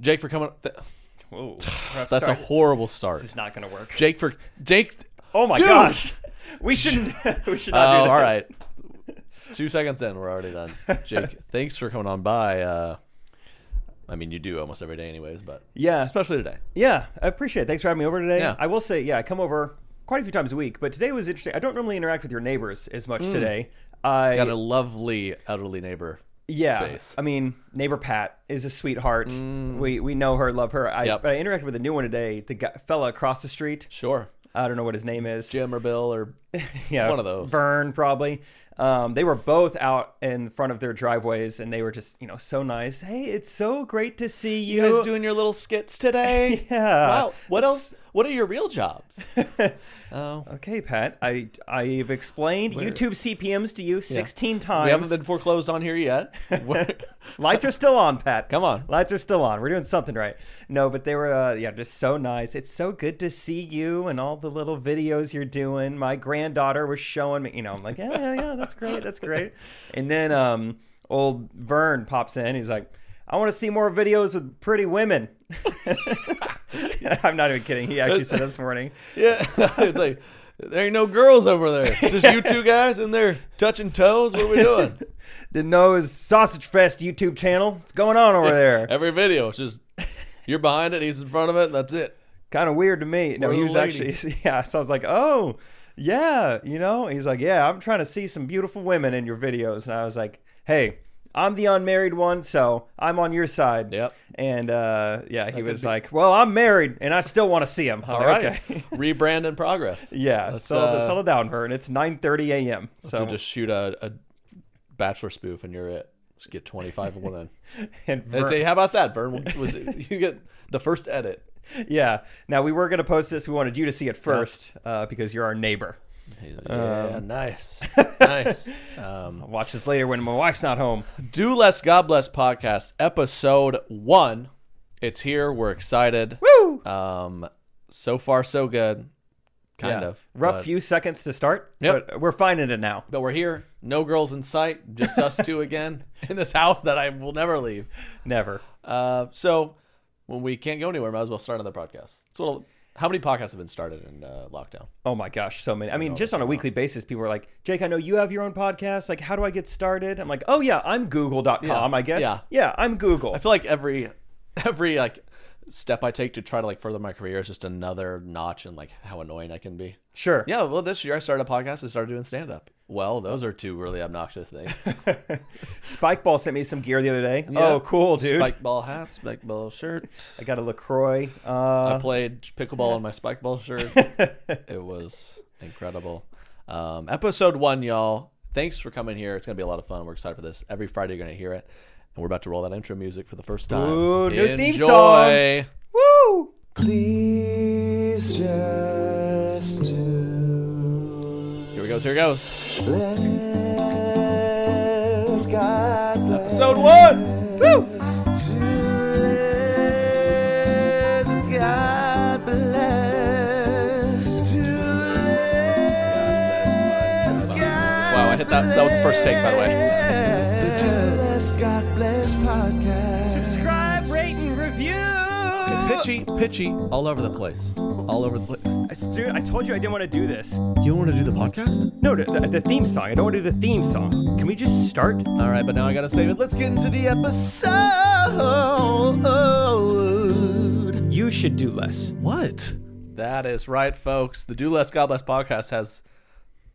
Jake for coming. Th- Whoa, that's a horrible start. This is not going to work. Jake for Jake. Oh my Dude! gosh, Uh, we shouldn't. we should Oh, not do this. all right. Two seconds in, we're already done. Jake, thanks for coming on by. Uh, I mean, you do almost every day, anyways, but Yeah, especially today. yeah. I appreciate. it. Thanks for having me over today. Yeah. I will say, yeah, I come over quite a few times a week, but today was interesting. I don't normally interact with your neighbors as much today. I Got a lovely elderly neighbor. Yeah, base. I mean, neighbor Pat is a sweetheart. We we know her, love her. I, Yep. But I interacted with a new one today. The guy, fella across the street. Sure, I don't know what his name is. Jim or Bill or yeah, one of those. Vern probably. Um, they were both out in front of their driveways, and they were just you know so nice. Hey, it's so great to see you. you guys doing your little skits today? Yeah. Wow. What else? What are your real jobs? oh, okay, Pat. I I've explained YouTube CPMS to you sixteen times. we haven't been foreclosed on here yet. We're- Lights are still on, Pat. Come on. Lights are still on. We're doing something right. No, but they were, uh, yeah, just so nice. It's so good to see you and all the little videos you're doing. My granddaughter was showing me, you know, I'm like, yeah, yeah, yeah, that's great. That's great. And then um, old Vern pops in. He's like, I want to see more videos with pretty women. I'm not even kidding. He actually said that this morning. yeah, it's like there ain't no girls over there. It's just you two guys in there touching toes. What are we doing? Didn't know his Sausage Fest YouTube channel. What's going on over there? Every video, it's just you're behind it, he's in front of it, and that's it. kind of weird to me. No, Where he the was ladies? actually, yeah. So I was like, oh, yeah, you know? He's like, yeah, I'm trying to see some beautiful women in your videos. And I was like, hey, I'm the unmarried one, so I'm on your side. Yep. And uh, yeah, he was like, well, I'm married and I still want to see him. I was All like, right, okay. rebrand in progress. yeah, Let's, settle, uh, settle down, Vern. It's 9.30 a.m. So, So just shoot a, a bachelor spoof, and you're it. Just get 25 of one. Then and Vern, and say, how about that, Vern? Was it, you get the first edit? yeah. Now, we were going to post this. We wanted you to see it first uh, because you're our neighbor. Yeah, nice, nice. Um, I'll watch this later when my wife's not home. Do Less, God Bless podcast, episode one. It's here. We're excited. Woo! Um, so far, so good. Kind Yeah. of rough but- few seconds to start. Yep. but we're finding it now. But we're here. No girls in sight. Just us two again in this house that I will never leave. Never. Uh, so when we can't go anywhere, might as well start another podcast. That's what. How many podcasts have been started in uh, lockdown? Oh my gosh, so many. I mean, just on a weekly basis, people are like, "Jake, I know you have your own podcast. Like, how do I get started?" I'm like, "Oh yeah, I'm Google.com. I guess. Yeah. I'm Google. I feel like every every like step I take to try to like further my career is just another notch in like how annoying I can be. sure. Yeah, well, this year I started a podcast and started doing stand up. Well, those are two really obnoxious things. Spikeball sent me some gear the other day. Yeah. Oh, cool, dude. Spike ball hat, spike ball shirt. I got a Lacroix. Uh, I played pickleball in my spike ball shirt. it was incredible. Um, episode one, y'all. Thanks for coming here. It's gonna be a lot of fun. We're excited for this. Every Friday you're gonna hear it, and we're about to roll that intro music for the first time. Ooh, new Enjoy. theme song. woo! Please just do. Here we goes. Here it goes. Let's God bless. Episode one. Let's God bless. Let's Wow, I hit that. That was the first take, by the way. God bless podcast. Subscribe, rate, and review. Pitchy, pitchy, all over the place. All over the place. Dude, I told you I didn't want to do this. You want to do the podcast? No, the, the theme song. I don't want to do the theme song. Can we just start? All right, but now I gotta save it. Let's get into the episode. You should do less. What? That is right, folks. The Do Less, God Bless podcast has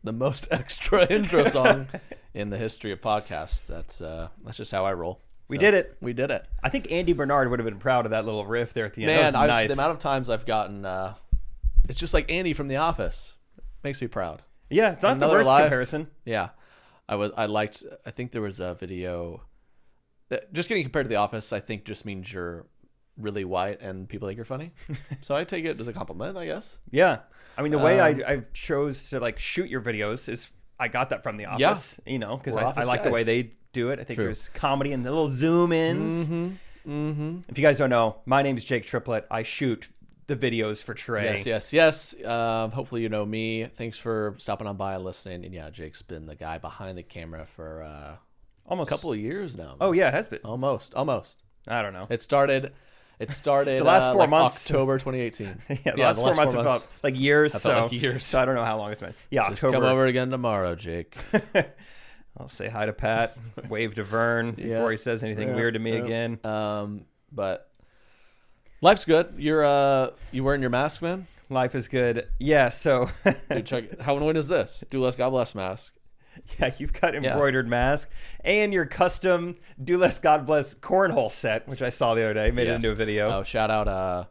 the most extra intro song in the history of podcasts. That's uh, that's just how I roll. We So, did it. We did it. I think Andy Bernard would have been proud of that little riff there at the end. Man, that was I, nice. the amount of times I've gotten, uh, it's just like Andy from The Office. Makes me proud. yeah, it's not the another worst live- comparison. Yeah, I was. I liked. I think there was a video. That, just getting compared to The Office, I think, just means you're really white and people think you're funny. so I take it as a compliment, I guess. Yeah. I mean, the way Um, I, I chose to like shoot your videos is I got that from the office, you know, because We're I, I office like the way guys. they do it. I think True. there's comedy and the little zoom ins. Mm-hmm. If you guys don't know, my name is Jake Triplett. I shoot the videos for Trey. Yes, yes, yes. Um, hopefully you know me. Thanks for stopping on by and listening. And yeah, Jake's been the guy behind the camera for uh, Almost. a couple of years now. Oh, yeah, it has been. almost, almost. I don't know. It started. It started The last uh, four like months. October 2018. Yeah, the last four months, have felt like years. felt so, like years. so I don't know how long it's been. Yeah, Just October. come over again tomorrow, Jake. I'll say hi to Pat, wave to Vern before he says anything weird to me again. Um, but life's good. You're uh, you wearing your mask, man. Life is good. Yeah, so Dude, check. How and when is this? Do less, God bless mask. Yeah, you've got embroidered mask and your custom Do Less God Bless cornhole set, which I saw the other day. Made it Yes. into a video. Oh, shout out uh,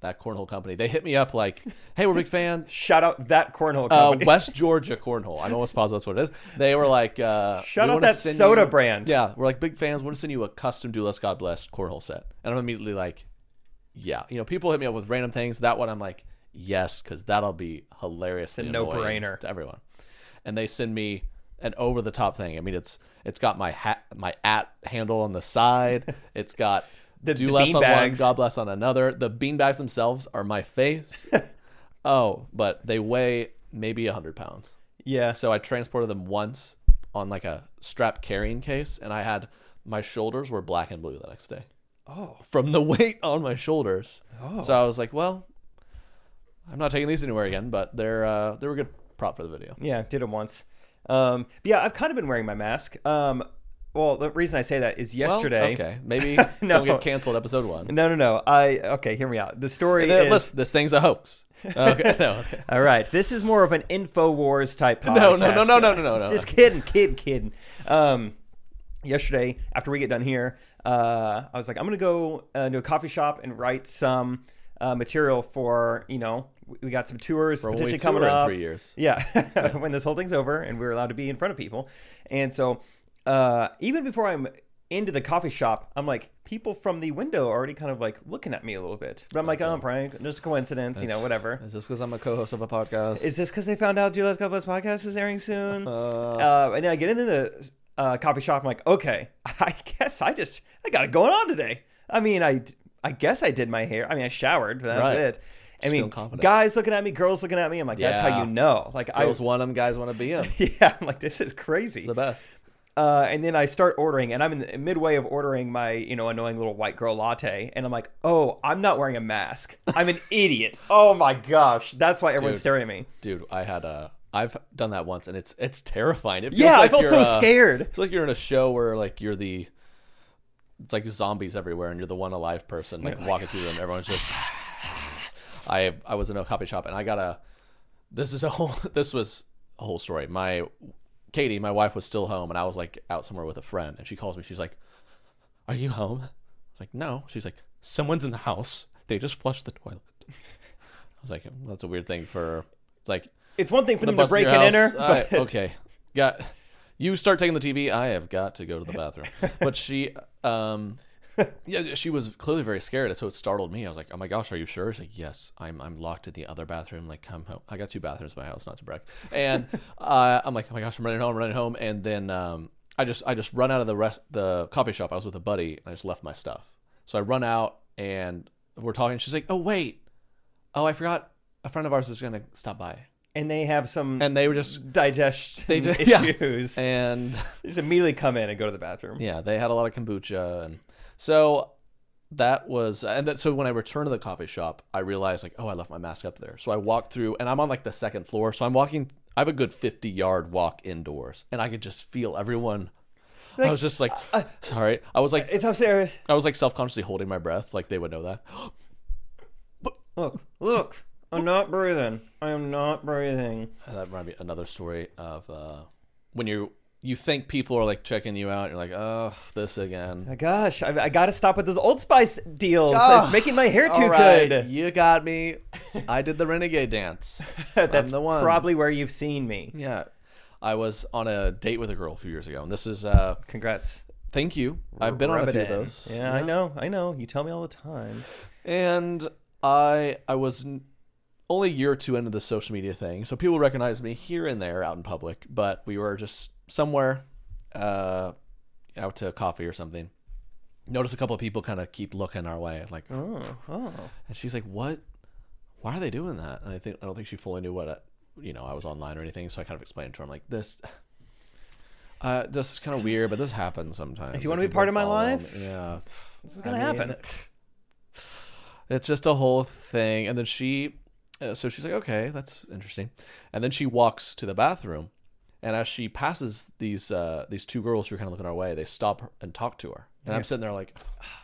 that cornhole company. They hit me up like, "Hey, we're big fans." Shout out that cornhole Uh, company. West Georgia Cornhole. I'm almost positive that's what it is. They were like, uh, Shout we out wanna that send soda you- brand. Yeah, we're like big fans. Want to send you a custom Do Less God Bless cornhole set, and I'm immediately like, yeah. You know, people hit me up with random things. That one, I'm like, yes, because that'll be hilarious. It's a no-brainer. to everyone. And they send me an over the top thing. I mean, it's it's got my hat, my at handle on the side. It's got The- Do the Less on one, beanbags. God Bless on another. The beanbags themselves are my face. oh, but they weigh maybe hundred pounds. yeah, So I transported them once on like a strap carrying case, and I had my shoulders were black and blue the next day. Oh, from the weight on my shoulders. Oh. So I was like, well, I'm not taking these anywhere again, but they're uh, they were a good prop for the video. yeah, did it once. Um, but yeah, I've kind of been wearing my mask. Um, well, the reason I say that is Well, yesterday. okay, maybe No. don't get canceled episode one. No, no, no. I okay. Hear me out. The story Th- is Listen, this thing's a hoax. Okay, no, okay. all right. This is more of an Infowars type. Podcast. No, no, no, no, no, no, no, no. Just kidding, kidding, kidding. Um, yesterday, after we get done here, uh, I was like, I'm gonna go uh, to a coffee shop and write some uh, material for you know. we- We got some tours when we potentially tour coming in up. three years. Yeah, when this whole thing's over and we're allowed to be in front of people. And so, uh, even before I'm into the coffee shop, I'm like, people from the window are already kind of like looking at me a little bit. But I'm like, oh, Uh-huh. I'm prank, just a coincidence, you know, whatever. Is this because I'm a co-host of a podcast? Is this because they found out Julia's God Bless podcast is airing soon? Uh, and then I get into the uh, coffee shop. I'm like, okay, I guess I just I got it going on today. I mean, I d- I guess I did my hair. I mean, I showered. But that's Right. it. I Just mean, feeling confident. guys looking at me, girls looking at me. I'm like, that's how Yeah. you know. Like, I Girls want them, guys want to be them. yeah, I'm like, this is crazy. the best. Uh, and then I start ordering, and I'm in the midway of ordering my, you know, annoying little white girl latte, and I'm like, oh, I'm not wearing a mask. I'm an idiot. Oh my gosh, that's why everyone's Dude. staring at me. dude i had a i've done that once and it's it's terrifying it feels Yeah, like I felt you're, so uh, scared. it's like you're in a show where like you're the it's like zombies everywhere and you're the one alive person like walking through them everyone's just i i was in a coffee shop and i got a this is a whole this was a whole story my katie my wife was still home and i was like out somewhere with a friend and she calls me she's like are you home i was like no she's like someone's in the house they just flushed the toilet i was like "Well, that's a weird thing for it's like It's one thing for them to bus in break your and enter, house. I- but okay, got you. Start taking the TV. I have got to go to the bathroom. but she, um, yeah, she was clearly very scared, so it startled me. I was like, "Oh my gosh, are you sure?" She's like, "Yes, I'm. I'm locked in the other bathroom. Like, come home. I got two bathrooms in my house, not to brag." And uh, I'm like, "Oh my gosh, I'm running home, I'm running home." And then um, I just, I just run out of the rest, the coffee shop. I was with a buddy, and I just left my stuff. So I run out, and we're talking. She's like, "Oh wait, oh I forgot." A friend of ours was gonna stop by, and they have some and they were just digestion They do- yeah. issues. and They just immediately come in and go to the bathroom. yeah, they had a lot of kombucha, and so that was, and that so when I returned to the coffee shop, I realized like, oh, I left my mask up there. So I walked through, and I'm on like the second floor, so I'm walking. I have a good 50 yard walk indoors, and I could just feel everyone. I was just like, sorry. I was like, It's upstairs. I was like self consciously holding my breath, like they would know that. Look, look, I'm not breathing. I am not breathing. And that reminded me another story of uh, when you you think people are like checking you out, and you're like, oh, this again. My gosh, I, I gotta stop with those Old Spice deals. Ah, it's making my hair too All right, good. You got me. I did the renegade dance. That's the one. probably where you've seen me. Yeah. I was on a date with a girl a few years ago, and this is uh, Congrats. Thank you. I've been on Rub a it few of in. those. Yeah, I know, I know. You tell me all the time. And I I was n- only a year or two into the social media thing, so people recognize me here and there out in public. But we were just somewhere, uh, out to coffee or something. Notice a couple of people kind of keep looking our way, like, Oh, oh. and she's like, "What? Why are they doing that?" And I think I don't think she fully knew what I, you know I was online or anything. So I kind of explained to her, "I'm like this." Uh, this is kind of weird, but this happens sometimes. If you wanna Like, be people part of my follow life, me. yeah, this is gonna happen. It's just a whole thing, and then she, uh, so she's like, "Okay, that's interesting," and then she walks to the bathroom, and as she passes these uh, these two girls who are kind of looking our way, they stop her and talk to her, and I'm sitting there like,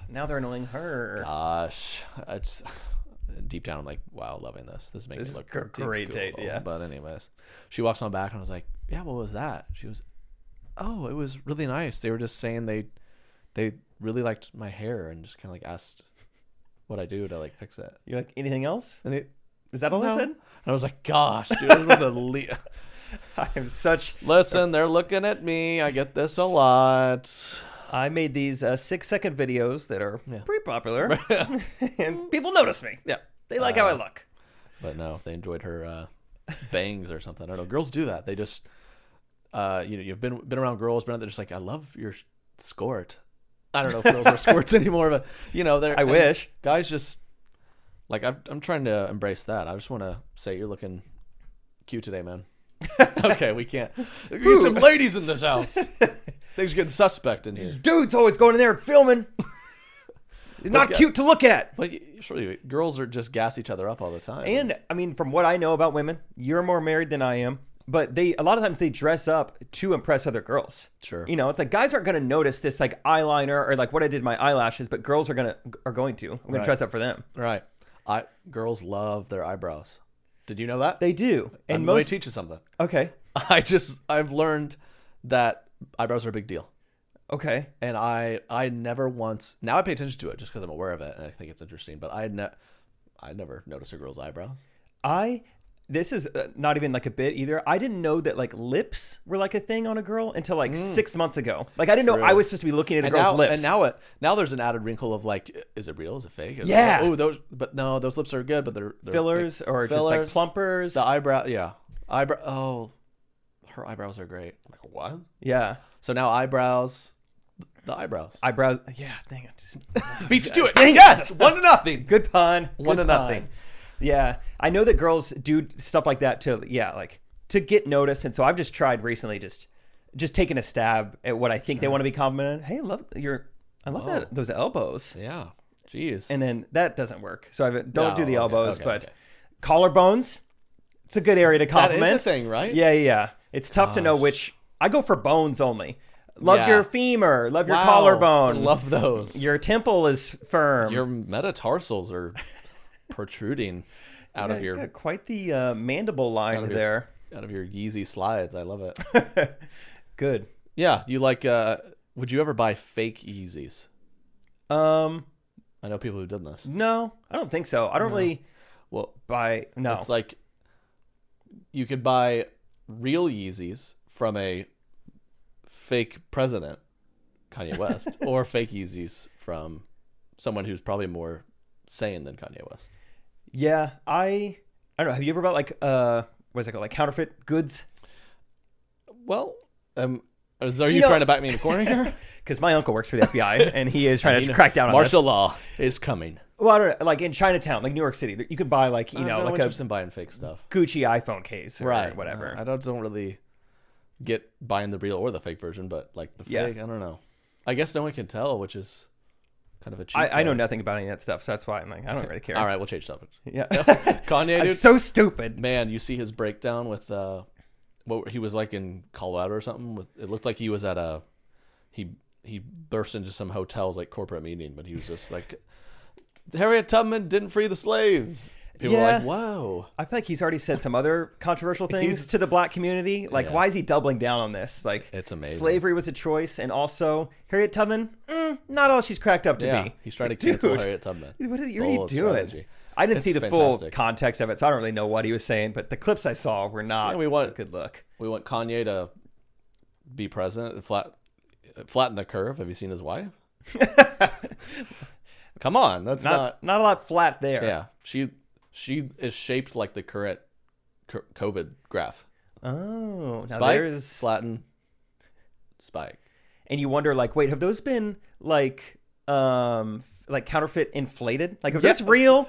Now they're annoying her. gosh, it's deep down. I'm like, wow, loving this. This makes This me is look a gr- great date, ridiculous. yeah. But anyways, she walks on back, and I was like, yeah, what was that? She was, oh, it was really nice. They were just saying they, they really liked my hair and just kind of like asked what I do to like fix it. You like anything else? And it, Is that all no. I And said? I was like, gosh, dude, I just wanted to leave. I'm such. listen, they're looking at me. I get this a lot. I made these uh, six second videos that are pretty popular, and people notice me. Yeah. They like how I look. But no, they enjoyed her uh, bangs or something. I don't know. Girls do that. They just, uh, you know, you've been been around girls, but they're just like, I love your skirt. I don't know if girls wear skirts anymore, but you know, they're. I and wish. guys just like I've, I'm trying to embrace that. I just want to say you're looking cute today, man. okay, we can't. We get some ladies in this house. Things are getting suspect in here. Dude's always going in there and filming. Not yeah. cute to look at. But y- surely girls are just gas each other up all the time. And I mean, from what I know about women, you're more married than I am. But they a lot of times they dress up to impress other girls. Sure. You know, it's like guys aren't gonna notice this like eyeliner or like what I did to my eyelashes, but girls are gonna are going to. I'm gonna Right. dress up for them. right, I girls love their eyebrows. Did you know that? They do. And And let me most teach you something. Okay. I just I've learned that eyebrows are a big deal, Okay. and I I never once now I pay attention to it just because I'm aware of it and I think it's interesting. But I ne- I never noticed a girl's eyebrows. I this is uh, not even like a bit either. I didn't know that like lips were like a thing on a girl until like six months ago. Like I didn't know I was supposed to be looking at Mm. a And girl's now lips. and now it now there's an added wrinkle of like is it real? Is it fake? Is it- Yeah. oh those but no those lips are good but they're, they're fillers fake. or Fillers. just like plumpers. The eyebrow yeah eyebrow oh her eyebrows are great like what? yeah. So now eyebrows the eyebrows. Eyebrows. Yeah, dang it. beat you to it. Yes, one to nothing. Good pun. One good to nothing. pun. Yeah, I know that girls do stuff like that to yeah, like to get noticed. And so I've just tried recently, just just taking a stab at what I think they want to be complimented. Hey, love your, I love Oh. that those elbows. Yeah. Jeez. And then that doesn't work. So I don't do No, the okay, elbows, okay, but okay. collarbones. It's a good area to that is compliment. a thing, right? Yeah, yeah, yeah. It's tough to know which. I go for bones only. Love Yeah. your femur. Love your Wow, collarbone. Love those. Your your temple is firm. your metatarsals are protruding out of Yeah, you your got quite the uh, mandible line of your- there. out of your Yeezy slides. I love it. Good. yeah, you like? uh Would you ever buy fake Yeezys? Um, I know people who've done this. no, I don't think so. I don't really Well, buy. No, it's like you could buy real Yeezys from a fake president, Kanye West, or fake Yeezys from someone who's probably more sane than Kanye West. yeah, I, I don't know. Have you ever bought like uh, what's it called, like counterfeit goods? Well, um, is, are you, know- trying to back me in the corner here? Because my uncle works for the FBI and he is trying You to know, crack down on martial This. law is coming. Well, I don't know, like in Chinatown, like New York City, you could buy like you You know, know I'm like a interested in buying fake stuff. Gucci iPhone case or whatever. I don't don't really get buying the real or the fake version, but like the Yeah. fake, I don't know. I guess no one can tell, which is kind of a cheat. I, I know code. nothing about any of that stuff, so that's why I'm like I don't really care. All right, we'll change topics. Yeah, Kanye, I'm dude, so stupid. man, you see his breakdown with uh, what he was like in Colorado or something. With it looked like he was at a he he burst into some hotel's like corporate meeting, but he was just like Harriet Tubman didn't free the slaves. People were like, Yeah. "Whoa, I feel like he's already said some other controversial things He's- to the black community. Like, Yeah. why is he doubling down on this? Like, It's amazing. Slavery was a choice, and also Harriet Tubman, mm, not all she's cracked up to yeah." be. He's trying to cancel Dude. Harriet Tubman. What are you, what are you Bold doing? strategy. I didn't It's see the full fantastic. context of it, so I don't really know what he was saying. But the clips I saw were not Yeah, we want- a good look. We want Kanye to be president and flat Flatten the curve. Have you seen his wife? Come on, that's Not, not not a lot flat there. Yeah, she she is shaped like the current co- COVID graph. Oh, now Spike, there's flatten, spike. and you wonder like, wait, have those been like um f- like counterfeit inflated? Like if Yeah. that's real?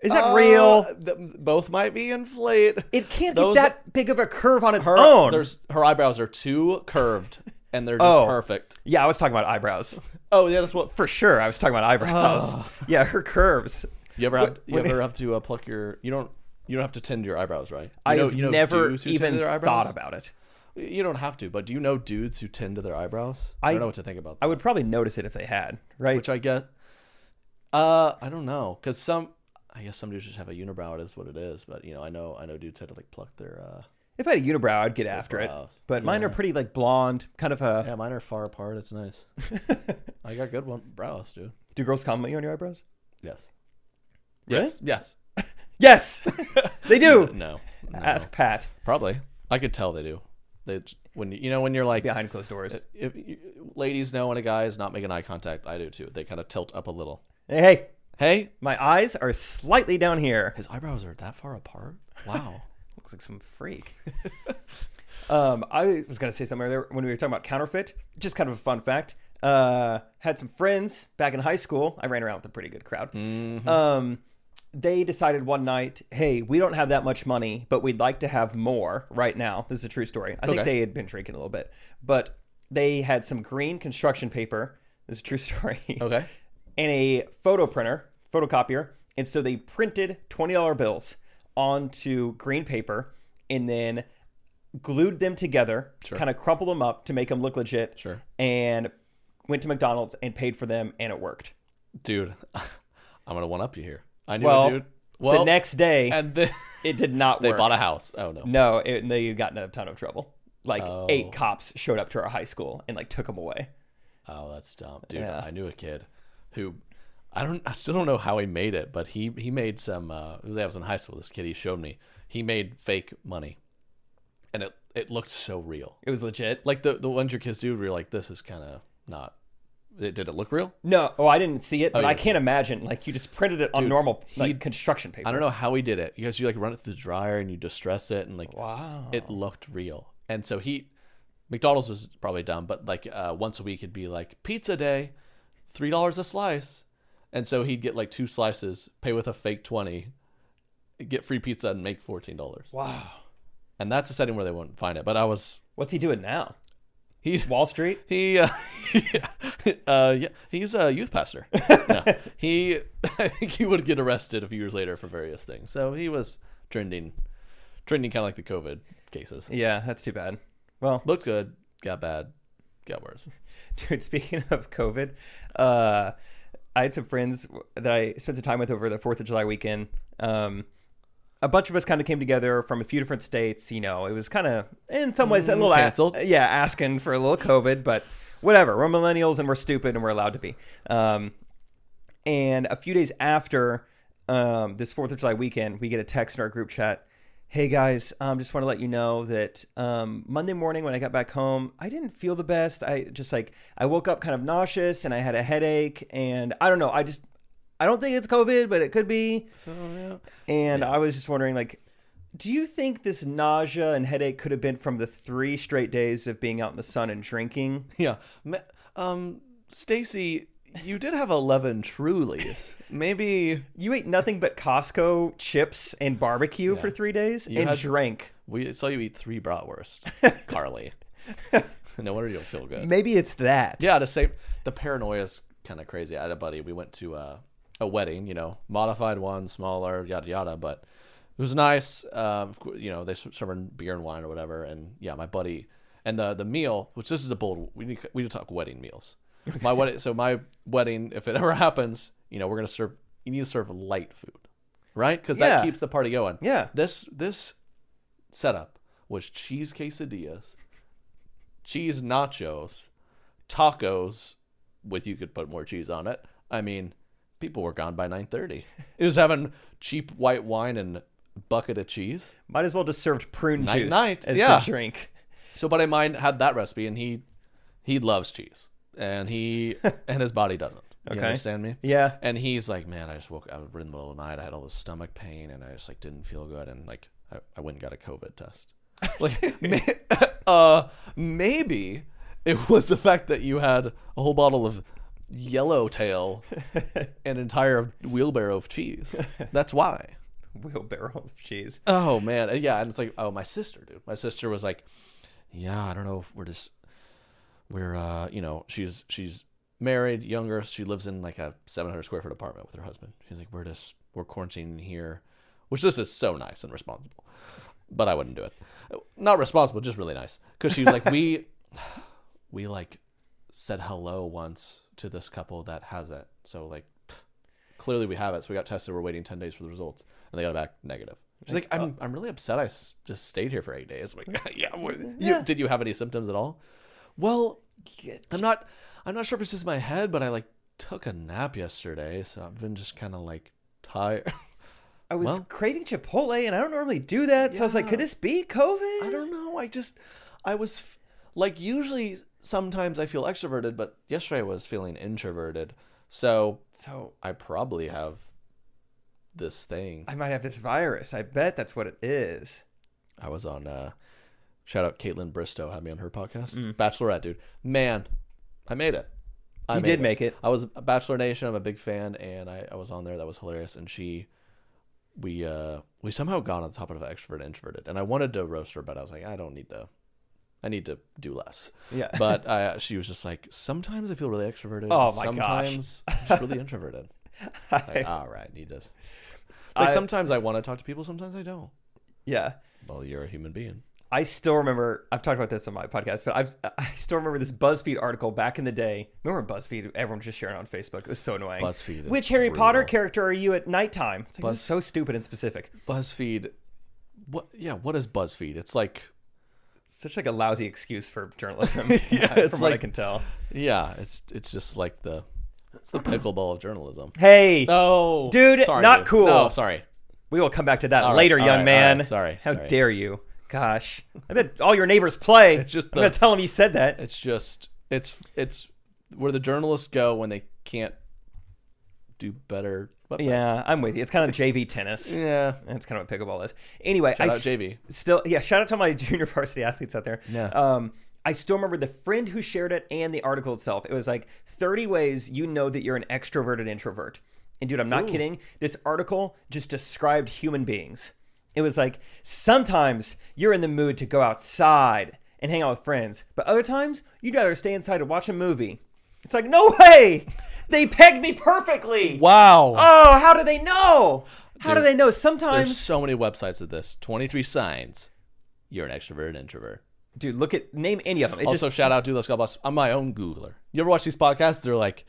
Is that real? Uh, th- both might be inflate. It can't those- get that big of a curve on its her own. there's her eyebrows are too curved and they're just Oh. perfect. Yeah, I was talking about eyebrows. Oh yeah, that's what. For sure, I was talking about eyebrows. Yeah, her curves. You ever have you when- ever have to uh, pluck your you don't you don't have to tend to your eyebrows, right? You know- I've you know never dudes who tend even to their eyebrows? thought about it. You don't have to, but do you know dudes who tend to their eyebrows? I, I- don't know what to think about. I would probably notice it if they had, right? which I guess. Uh, I don't know, cause some, I guess some dudes just have a unibrow. It is what it is, but you know, I know, I know dudes had to like pluck their. uh if I had a unibrow, I'd get after it. Eyebrows. But mine are pretty like blonde, kind of uh, a. Yeah, mine are far apart. It's nice. I got good one brows, dude. Do girls compliment you on your eyebrows? Yes. Really? Yes. Yes. Uh, Yes, they do. No. no. Ask Pat Probably. I could tell they do. They j- when you you know when you're like behind closed doors. if you, ladies know when a guy is not making eye contact. I do too. They kind of tilt up a little. Hey, hey, Hey, my eyes are slightly down here. his eyebrows are that far apart. Wow. Looks like some freak. um, I was gonna say something earlier when we were talking about counterfeit. Just kind of a fun fact. Uh, had some friends back in high school. I ran around with a pretty good crowd. Um, they decided one night, hey, we don't have that much money, but we'd like to have more right now. This is a true story. I think Okay. they had been drinking a little bit, but they had some green construction paper. This is a true story. Okay. and a photo printer, photocopier. And so they printed $20 bills onto green paper and then glued them together, kind of crumpled them up to make them look legit. Sure. And went to McDonald's and paid for them, and it worked. dude, I'm gonna one up you here. I knew Well, a dude. Well, the next day, and then it did not they work. bought a house. Oh no, no, it, they got in a ton of trouble. Like Oh. eight cops showed up to our high school and like took them away. oh that's dumb, dude. Yeah. I knew a kid who I don't, I still don't know how he made it, but he he made some. Uh, it was- I was in high school. This kid he showed me. He made fake money, and it it looked so real. It was legit. Like the the ones your kids do, where you're like, this is kind of not. It, did it look real? No, oh, I didn't see it, but you I didn't can't imagine. Like you just printed it on Dude, normal like he- construction paper. I don't know how he did it because you like run it through the dryer and you distress it and like Wow. it looked real. And so he, McDonald's was probably dumb, but like uh, once a week it'd be like pizza day, three dollars a slice, and so he'd get like two slices, pay with a fake twenty, get free pizza and make fourteen dollars. Wow. And that's a setting where they wouldn't find it. But I was What's he doing now? he Wall Street? he uh, uh, yeah he's a youth pastor. No, he I think he would get arrested a few years later for various things. So he was trending, trending kind of like the COVID cases. Yeah, that's too bad. Well, Looked good, got bad, got worse. dude, speaking of COVID, uh, I had some friends that I spent some time with over the 4th of July weekend. Um, a bunch of us kind of came together from a few different states. You know, it was kind of, in some ways, a little a- canceled. yeah, asking for a little COVID, but whatever. We're millennials and we're stupid and we're allowed to be. Um, And a few days after um, this Fourth of July weekend, we get a text in our group chat. Hey guys, um, just want to let you know that um, Monday morning when I got back home, I didn't feel the best. I just like I woke up kind of nauseous and I had a headache, and I don't know. I just I don't think it's COVID, but it could be. So yeah. And I was just wondering, like, do you think this nausea and headache could have been from the three straight days of being out in the sun and drinking? Yeah. Ma- Um, Stacy, you did have 11 Trulies. Maybe You ate nothing but Costco chips and barbecue for three days and had- drank. we saw you eat three bratwurst, Carly. no wonder you don't feel good. Maybe it's that. Yeah, to say the paranoia is kind of crazy. I had a buddy. We went to uh, a wedding, you know, modified one, smaller, yada yada. But it was nice. Um, of course, you know, they served beer and wine or whatever. And yeah, my buddy and the the meal, which this is the bold. We need, we need to talk wedding meals. My wedding. So my wedding, if it ever happens, you know, we're gonna serve. You need to serve light food, right? Because Yeah. that keeps the party going. Yeah. This this setup was cheese quesadillas, cheese nachos, tacos with you could put more cheese on it. I mean, people were gone by 9:30. It was having cheap white wine and bucket of cheese. Might as well just served prune Night, juice night. as Yeah. the drink. So buddy of mine had that recipe and he He loves cheese, and he and his body doesn't. You Okay. understand me? Yeah. And he's like, man, I just woke up in the middle of the night. I had all this stomach pain, and I just like didn't feel good, and like I, I went and got a COVID test. Like, ma- uh, maybe it was the fact that you had a whole bottle of yellowtail, an entire wheelbarrow of cheese. That's why. Wheelbarrow of cheese. Oh man, Uh, yeah, and it's like, oh, my sister, dude. My sister was like, yeah, I don't know if we're just we're uh, you know, she's she's married, younger. She lives in like a 700 square foot apartment with her husband. She's like, we're just we're quarantining here, which this is so nice and responsible. But I wouldn't do it. Not responsible, just really nice. Cuz she was like, we we like said hello once to this couple that has it. So like clearly we have it. So we got tested. We're waiting ten days for the results, and they got it back negative. She's like, I'm, I'm really upset. I s- just stayed here for eight days. I'm like, yeah, what- you- Did you have any symptoms at all? Well, I'm not. I'm not sure if it's just my head, but I like took a nap yesterday, so I've been just kind of like tired. I was Well- craving Chipotle and I don't normally do that. So I was like, could this be COVID? I don't know. I just, I was f- like, usually sometimes I feel extroverted, but yesterday I was feeling introverted. So So I probably have this thing. I might have this virus. I bet that's what it is. I was on uh shout out Caitlin Bristow had me on her podcast. Mm. Bachelorette, dude. Man, I made it. I You made did make it. I was a Bachelor Nation, I'm a big fan, and I, I was on there, that was hilarious. And she we uh we somehow got on the top of extrovert and introverted. And I wanted to roast her, but I was like, I don't need to I need to do less. Yeah. But I, she was just like, sometimes I feel really extroverted. Oh and my gosh. sometimes just really introverted. Like, all right, need to. It's like I- sometimes I want to talk to people, sometimes I don't. Yeah. Well, you're a human being. I still remember. I've talked about this on my podcast, but I've, I still remember this BuzzFeed article back in the day. Remember BuzzFeed? Everyone was just sharing it on Facebook. It was so annoying. BuzzFeed is Which Harry Potter brutal. character are you at nighttime? It's like, this is so stupid and specific. BuzzFeed. What? Yeah. What is BuzzFeed? It's like. Such like a lousy excuse for journalism. Yeah, from it's what I like- can tell. Yeah. It's it's just like the. It's the pickleball of journalism. Hey, Uh, No, Oh, Dude, not cool. No, sorry. we will come back to that right, later, all young right, all man. right, sorry, How sorry. dare you? Gosh, I bet all your neighbors play. just I'm gonna the- tell them you said that. It's just it's it's where the journalists go when they can't do better. Websites. Yeah, I'm with you. It's kind of JV tennis. Yeah. That's kind of what pickleball is. Anyway, I out st- JV. still yeah. Shout out to my junior varsity athletes out there. Yeah. Um, I still remember the friend who shared it and the article itself. It was like 30 ways you know that you're an extroverted introvert. And dude, I'm not kidding. This article just described human beings. It was like sometimes you're in the mood to go outside and hang out with friends, but other times you'd rather stay inside and watch a movie. It's like no way. They pegged me perfectly. Wow. Oh, how do they know? How do Dude, they know? Sometimes There's so many websites of this. 23 signs. You're an extrovert and introvert. Dude, look at name any of them. It Also, just shout out to Let's Go Boss. I'm my own Googler. You ever watch these podcasts? They're like,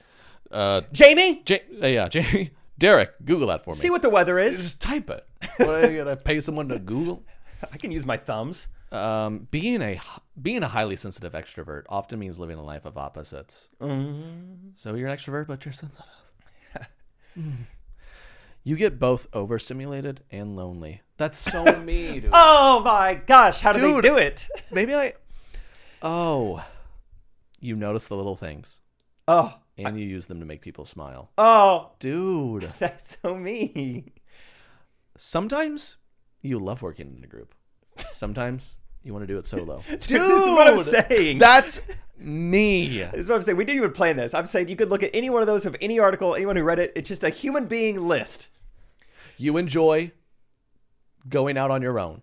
uh, Jamie, J- uh, yeah, Jamie, Derek, Google that for me. see what the weather is. just type it. What are you gonna pay someone to Google? I can use my thumbs. Um, being a being a highly sensitive extrovert often means living a life of opposites. So you're an extrovert, but you're sensitive. Mm. You get both overstimulated and lonely. That's so me, dude. Oh my gosh, how do Dude. they do it? Maybe I. Oh, you notice the little things, Oh, and you use them to make people smile, oh, dude. that's so me. Sometimes you love working in a group. Sometimes you want to do it solo. Dude, this is what I'm saying. That's me. This is what I'm saying. We didn't even plan this. I'm saying you could look at any one of those of any article, anyone who read it. It's just a human being list. You enjoy going out on your own.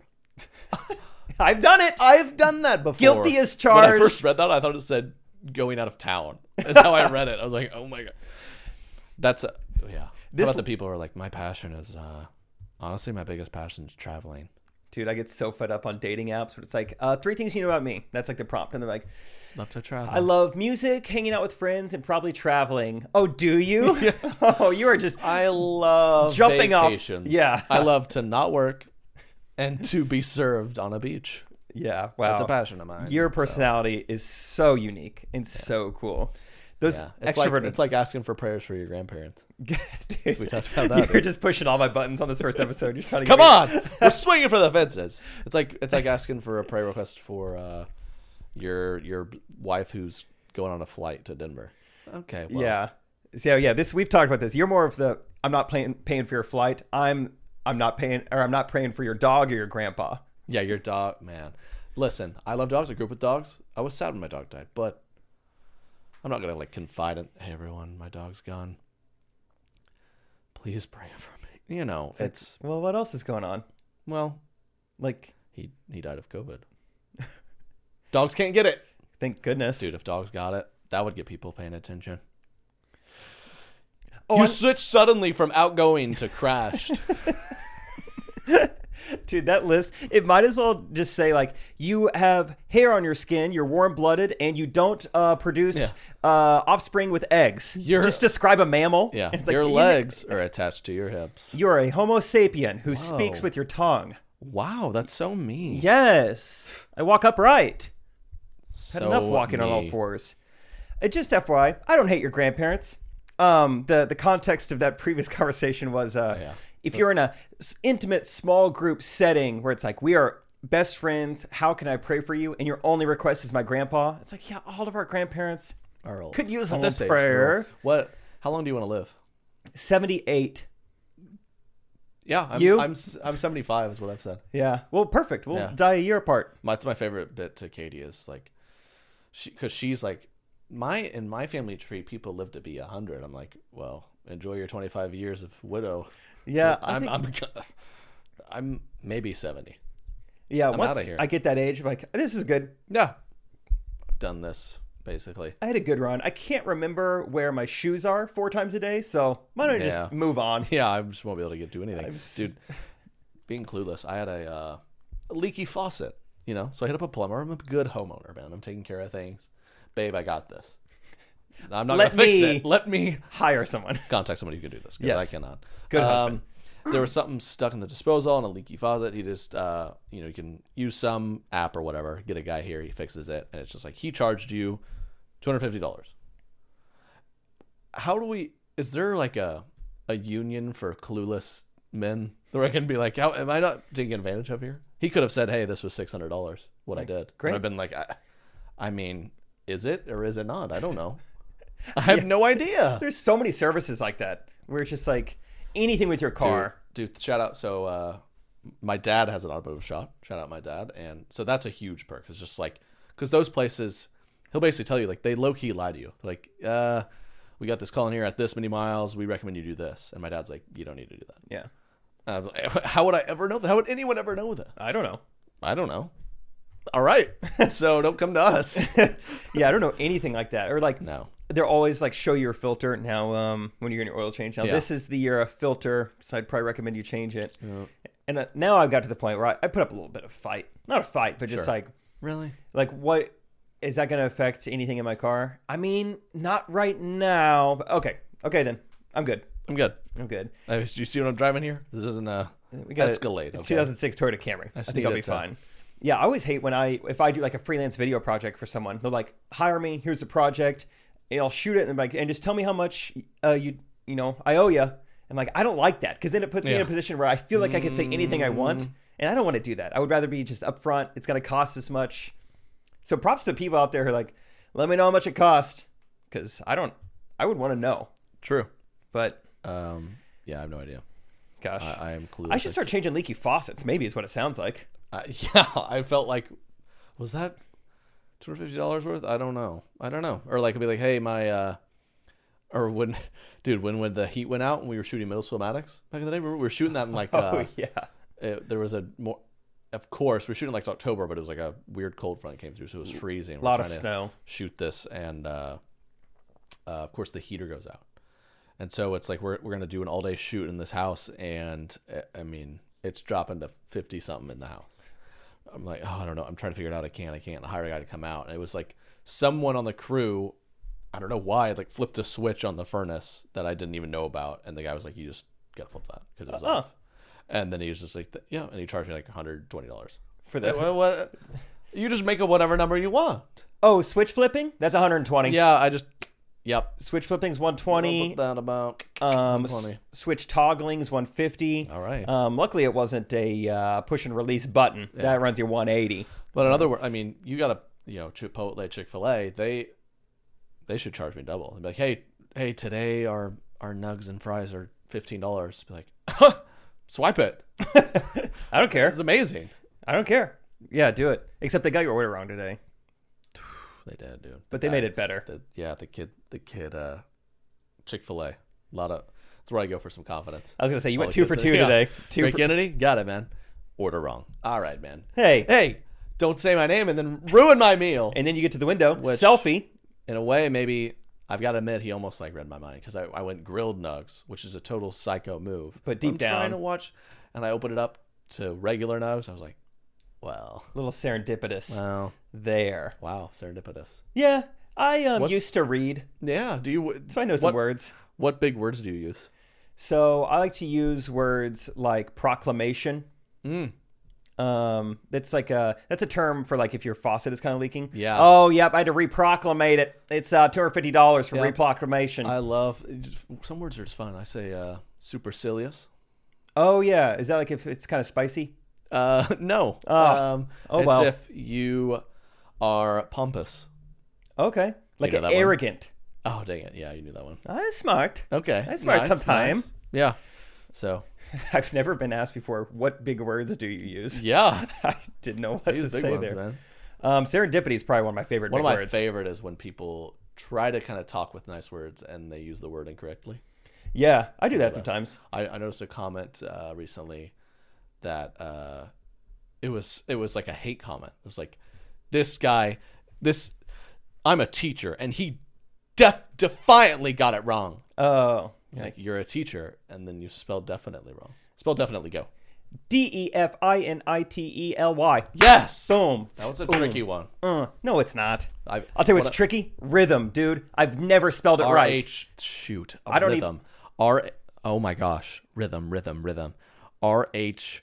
I've done it. I've done that before. Guilty as When I charged. first read that, I thought it said going out of town. That's how I read it. I was like, oh my god. That's a, yeah. This This- about the people who are like, my passion is uh, honestly my biggest passion is traveling. Dude, I get so fed up on dating apps, but it's like uh, three things you know about me. That's like the prompt, and they're like, Love to travel. I love music, hanging out with friends, and probably traveling. Oh, do you? Oh, you are just I love Jumping off- vacations. yeah. I love to not work and to be served on a beach. yeah. Wow, That's a passion of mine. Your so- personality is so unique and so cool. Those Yeah. It's like, extroverted. it's like asking for prayers for your grandparents. Dude, we talked about that, You're dude. just pushing all my buttons on this first episode. You're trying to Come get me- on, we're swinging for the fences. It's like it's like asking for a prayer request for uh, your your wife who's going on a flight to Denver. Okay. Well, Yeah. So yeah, this we've talked about this. You're more of the I'm not paying paying for your flight. I'm I'm not paying or I'm not praying for your dog or your grandpa. Yeah, your dog, man. Listen, I love dogs. I grew up with dogs. I was sad when my dog died, but I'm not gonna like confide in hey everyone, my dog's gone. Please pray for me. You know, it's Well, what else is going on? well, Like, he he died of COVID. dogs can't get it, thank goodness. dude. If dogs got it, that would get people paying attention. Oh, you I'm- switch suddenly from outgoing to crashed. Dude, that list, it might as well just say like you have hair on your skin, you're warm-blooded and you don't uh, produce Yeah. uh, offspring with eggs. You're- just describe a mammal. yeah, It's like, your you- legs are attached to your hips. You're a homo sapien who speaks Whoa. with your tongue. Wow, that's so mean. Yes. I walk upright. so Had enough walking on all mean. fours. Uh, just FYI, I don't hate your grandparents. Um, the the context of that previous conversation was uh, Yeah. if you're in a s- intimate small group setting where it's like we are best friends, how can I pray for you? And your only request is my grandpa. It's like yeah, all of our grandparents. Earl. Could use At a this little age, Earl. prayer. What? How long do you want to live? Seventy eight. Yeah, I'm, You? I'm s- I'm 75 is what I've said. Yeah. Well, perfect. We'll Yeah. die a year apart. My- That's my favorite bit to Katie is like, she because she's like, my in my family tree people live to be 100. I'm like, well, enjoy your 25 years of widow. Yeah. I I'm think- I'm I'm maybe 70. yeah. outta once here. I get that age, I'm like this is good. Yeah, I've done this basically. I had a good run. I can't remember where my shoes are four times a day, so why don't I Yeah. just move on? Yeah, I just won't be able to get do anything, s- dude. Being clueless, I had a, uh, a leaky faucet, you know. So I hit up a plumber. I'm a good homeowner, man. I'm taking care of things, babe. I got this. I'm not Let gonna fix me- it. Let me Hire someone. contact somebody who can do this because Yes. I cannot. Um, Good husband. There was something stuck in the disposal on a leaky faucet. He just, uh, you know, you can use some app or whatever. Get a guy here, he fixes it, and it's just like he charged you two hundred fifty dollars. How do we? Is there like a a union for clueless men where I can be like, how am I not taking advantage of here? He could have said, "Hey, this was six hundred dollars. What I did." great. And I've been like, I, I mean, is it or is it not? I don't know. I have no idea. There's so many services like that where it's just like anything with your car. Dude, dude, shout out. So, uh, my dad has an automotive shop. Shout out my dad, and so that's a huge perk. It's just like because those places, he'll basically tell you like they low key lie to you. They're like, uh, we got this call in here at this many miles. We recommend you do this. And my dad's like, you don't need to do that. Yeah. And I'm like, how would I ever know that? How would anyone ever know that? I don't know. I don't know. All right, so don't come to us. Yeah, I don't know anything like that. Or like no. they're always like show your filter now um when you're getting your oil change. Now Yeah. this is the year of filter, so I'd probably recommend you change it. And uh, now I've got to the point where I, I put up a little bit of fight. Not a fight, but just Sure. like Really? like what is that going to affect anything in my car? I mean, not right now. But okay. Okay then. I'm good. I'm good. I'm good. I, do you see what I'm driving here? This isn't a We got Escalade. A Okay. 2006 Toyota Camry. I, just think I'll need be it to- fine. Yeah, I always hate when I if I do like a freelance video project for someone, they're like, "Hire me. Here's the project, and I'll shoot it, and like, and just tell me how much uh, you you know I owe you." I'm like, I don't like that because then it puts me in a Yeah. Mm. position where I feel like I could say anything I want, and I don't want to do that. I would rather be just upfront. It's gonna cost this much. So props to people out there who are like, let me know how much it cost, because I don't, I would want to know. True. But Um, yeah, I have no idea. gosh, I, I am clueless. I should start changing leaky faucets. Maybe is what it sounds like. I, Uh, yeah, I felt like, was that two hundred fifty dollars worth? I don't know. I don't know. Or like, I'd be like, hey, my, uh, or when, dude, when when the heat went out and we were shooting middle school Maddox back in the day, remember we were shooting that in like, uh, oh yeah. it- there was a more, of course, we were shooting like October, but it was like a weird cold front that came through, so it was freezing. lot of snow. shoot this, and uh, uh, of course the heater goes out, and so it's like we're we're gonna do an all day shoot in this house, and uh, I mean it's dropping to fifty something in the house. I'm like, oh, I don't know. I'm trying to figure it out. I can't. I can't. I hire a guy to come out, and it was like someone on the crew. I don't know why, like flipped a switch on the furnace that I didn't even know about, and the guy was like, "You just gotta flip that because it was off." And then he was just like, th- "Yeah," and he charged me like 120 dollars for the What, what? You just make it whatever number you want. oh switch flipping that's 120 Yeah, I just. Yep. switch flipping's 120 What that about? um s- 120. switch toggling's 150 All right. um luckily it wasn't a uh, push and release button that runs you 180 But another word, I mean, you got to, you know, Chipotle, Chick fil A, they, they should charge me double. And be like, hey, hey, today our our nugs and fries are fifteen dollars. Be like, swipe it. I don't care. It's amazing. I don't care. Yeah, do it. Except they got your order wrong today, They did, dude. Uh, but they made it better. The, yeah, the kid, the kid, uh, Chick Fil A. A lot of that's where I go for some confidence. I was gonna say you went All the two for kids- two yeah. today. Two. Trey For, Kennedy, got it, man. Order wrong. All right, man. hey, Hey, don't say my name and then ruin my meal. and then you get to the window. Which- selfie. in a way, maybe I've got to admit he almost like read my mind because I, I went grilled nugs, which is a total psycho move. But deep I'm trying down- to watch, and I opened it up to regular nugs. I was like, well, Little serendipitous well, there. wow, serendipitous. Yeah, I um, What's- used to read, Yeah. Do you? so I know some what, words. What big words do you use? So I like to use words like proclamation. Mm. Um, that's like a that's a term for like if your faucet is kind of leaking. Yeah. Oh, yep. I had to reproclamate it. It's uh, two hundred fifty dollars for Yep. reproclamation. I love some words are just fun. I say uh, supercilious. oh yeah. Is that like if it's kind of spicy? Uh, no. Ah. um, Oh, it's well. if you are pompous. Okay. Like know a that one? arrogant. Oh, dang it. Yeah, you knew that one. I'm smart. Okay. That's smart sometime. nice. Yeah. So, I've never been asked before. What big words do you use? yeah. I didn't know what These to big say ones, there. man. Um, serendipity is probably one of my favorite One of big my words. favorite is when people try to kind of talk with nice words and they use the word incorrectly. yeah, I do that sometimes. I, I noticed a comment uh, recently that uh, it was it was like a hate comment. It was like, "This guy, this I'm a teacher, and he def- defiantly got it wrong." Oh, Like you're a teacher, and then you spelled definitely wrong. Spell definitely go. D E F I N I T E L Y. Yes, Boom. That was a Boom. tricky one. Uh, no, it's not. I, I'll tell you what what's tricky. Rhythm, dude. I've never spelled it R right. H shoot. I don't rhythm. R oh my gosh. Rhythm, rhythm, rhythm. R H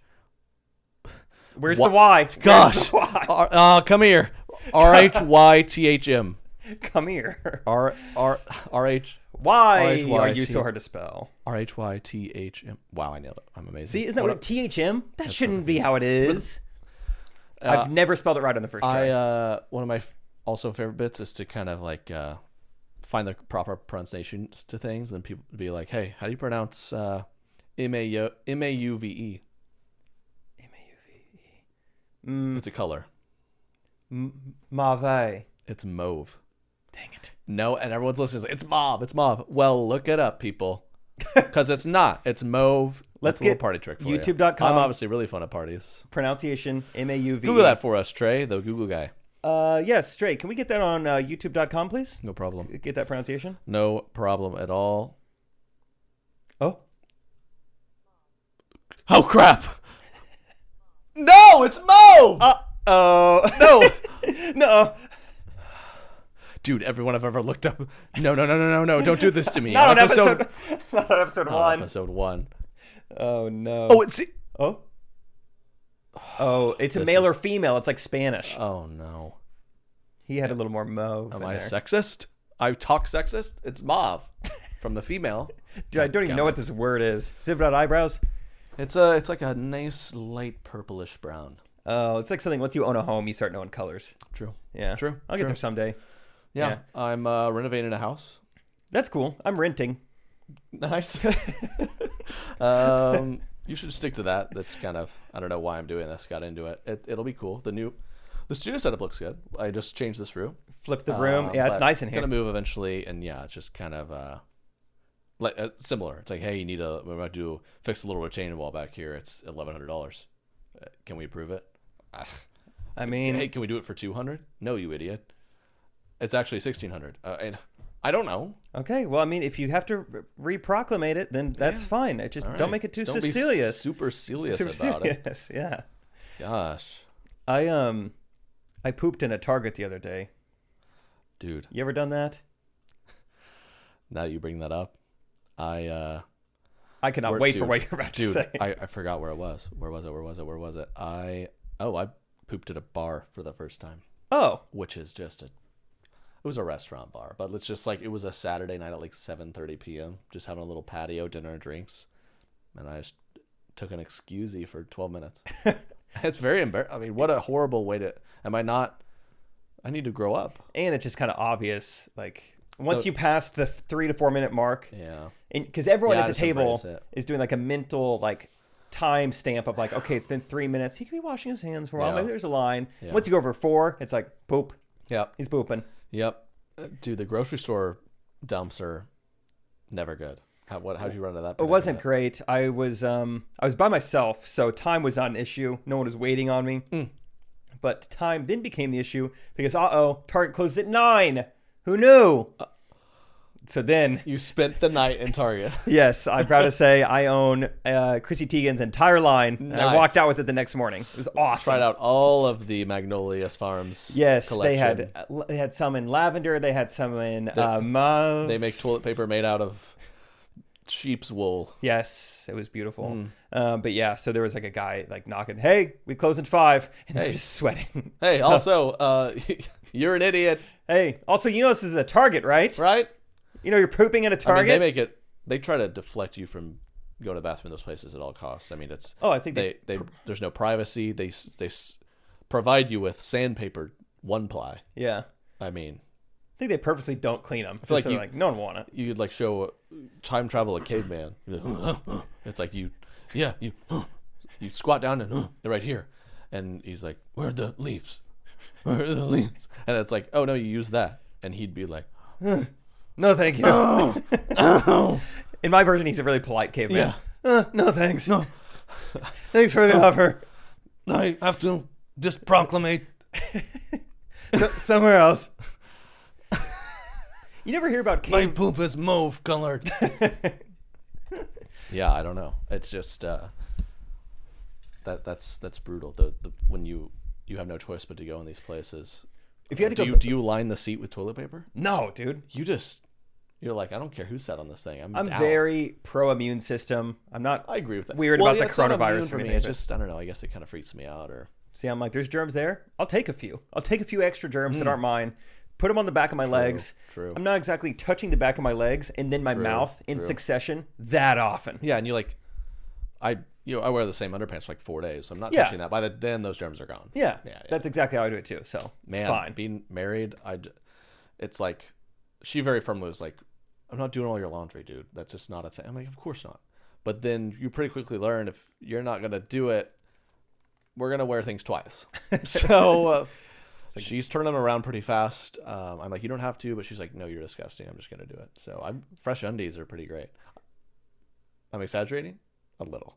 Where's Wha- the Y? Where's the gosh. Y? R, uh, come here. R H Y T H M. Come here. R R R H Why R-H-Y-T. are you so hard to spell? R H Y T H M. Wow, I nailed it. I'm amazing. See, isn't that What what THM? That shouldn't be how it is. Uh, I've never spelled it right on the first I try. uh one of my f- also favorite bits is to kind of like uh find the proper pronunciations to things and then people be like, "Hey, how do you pronounce uh M A U M A U V E?" Mm, It's a color. m- Mauve. It's mauve. Dang it. No, and everyone's listening. It's mauve. It's mauve. Well, look it up, people, because it's not. It's mauve. Let's That's a little get party trick for you. YouTube.com. I'm obviously really fun at parties. Pronunciation M A U V. E. Google that for us, Trey, the Google guy. Uh, yes, straight. Can we get that on uh, YouTube.com, please? No problem. Get that pronunciation. No problem at all. Oh, Oh crap! No, it's mauve. uh oh. no, no, dude, everyone I've ever looked up. No, no, no, no, no, no! Don't do this to me. not On on episode, not on episode on one. episode one. Oh no. Oh, it's. oh. Oh, it's a This male is- or female. It's like Spanish. Oh no! He had a little more mo. Am in I there. sexist? I talk sexist. It's mauve, from the female. Dude, I don't even know what this word is. Is it about eyebrows? It's a it's like a nice light purplish brown. Oh, it's like something. Once you own a home, you start knowing colors. True. Yeah, True, I'll get true. there someday. Yeah. Yeah. I'm uh, renovating a house. That's cool. I'm renting. Nice. um, you should stick to that. That's kind of I don't know why I'm doing this. Got into it. it it'll be cool. The new the studio setup looks good. I just changed this room. Flip the room. Um, yeah, it's but nice in here. Gonna move eventually, and yeah, it's just kind of uh, like uh, similar. It's like hey, you need a we might do fix a little retaining wall back here. It's eleven hundred dollars. Uh, Can we approve it? I mean, hey, can we do it for 200? No, you idiot. It's actually 1600. Uh, and I don't know. okay. Well, I mean, if you have to re proclamate it, then that's fine. It just All don't right. make it too Just don't be Sicilious. super serious Super about it. serious, Yeah. Gosh, I um, I pooped in a Target the other day. dude. You ever done that? Now that you bring that up, I uh I cannot where- wait for dude, what you're about dude, to say. I, I forgot where it was. Where was it? Where was it? Where was it? I oh, I pooped at a bar for the first time, oh, which is just a it was a restaurant bar, but it's just like it was a Saturday night at like 7:30 p.m. Just having a little patio dinner and drinks, and I just took an excusey for 12 minutes. It's very embarrassing. I mean, what a horrible way to. Am I not? I need to grow up. and it's just kind of obvious. Like once you pass the three to four minute mark, Yeah. because everyone Yeah, at the just embrace table it. is doing like a mental like time stamp of like, okay, it's been three minutes. He could be washing his hands for a while. Yeah. Maybe there's a line. Yeah. Once you go over four, it's like poop. Yep. He's pooping. Yep. Dude, the grocery store dumpster, never good. How what? How'd you run into that? It wasn't great. I was um I was by myself, so time was not an issue. No one was waiting on me. Hmm. But time then became the issue because uh oh, Target closed at nine. Who knew? Uh. so then, You spent the night in Target. yes, I'm proud to say I own uh, Chrissy Teigen's entire line. And I Nice. walked out with it the next morning. It was awesome. Tried out all of the Magnolias Farms. Yes, collection. they had uh, they had some in lavender. They had some in uh, mauve. They make toilet paper made out of sheep's wool. Yes, it was beautiful. Hmm. Uh, but yeah, so there was like a guy like knocking, "Hey, we close in five. and I'm just sweating. Hey, also, uh, you're an idiot, hey, also, you know this is a Target, right? right? You know you're pooping at a I mean, Target. they make it. They try to deflect you from going to the bathroom in those places at all costs. I mean, it's Oh, I think they they- they, there's no privacy. They s- they s- provide you with sandpaper one ply. yeah, I I mean, think they purposely don't clean them. feel like like, you- like no one want it. you could like show time travel a caveman. It's like you, yeah, you you squat down and they're right here, and he's like, where are the leaves? Where are the leaves? And it's like, oh no, you use that, and he'd be like, "Oh, No, thank you. in my version, he's a really polite caveman. Uh, no thanks. No, thanks for the Oh. offer. I have to just proclamate. So- somewhere else. you never hear about cave poop is mauve colored. yeah, I don't know. It's just uh, that that's that's brutal. The, the when you you have no choice but to go in these places. If you had do to go- you, do you line the seat with toilet paper? No, dude. You just you're like I don't care who sat on this thing. I'm I'm out. very pro immune system. I'm not. I agree with that. Weird about the it's not coronavirus immune or for me. anything, It's but- just I don't know. I guess it kind of freaks me out. Or See, I'm like, there's germs there. I'll take a few. I'll take a few extra germs that aren't mine. Put them on the back of my legs. Hmm. true. I'm not exactly touching the back of my legs and then my mouth in succession that often. yeah, and you like I you know I wear the same underpants for like four days. So I'm not Yeah. touching that. By the, then those germs are gone. Yeah, yeah. that's exactly how I do it too. So man, it's fine. being married, I, j- it's like, she very firmly was like, I'm not doing all your laundry, dude. That's just not a thing. I'm like, of course not. But then you pretty quickly learn if you're not gonna do it, we're gonna wear things twice. so uh, she's turning them around pretty fast. Um, I'm like, you don't have to, but she's like, no, you're disgusting. I'm just gonna do it. So I'm fresh undies are pretty great. I'm exaggerating a little.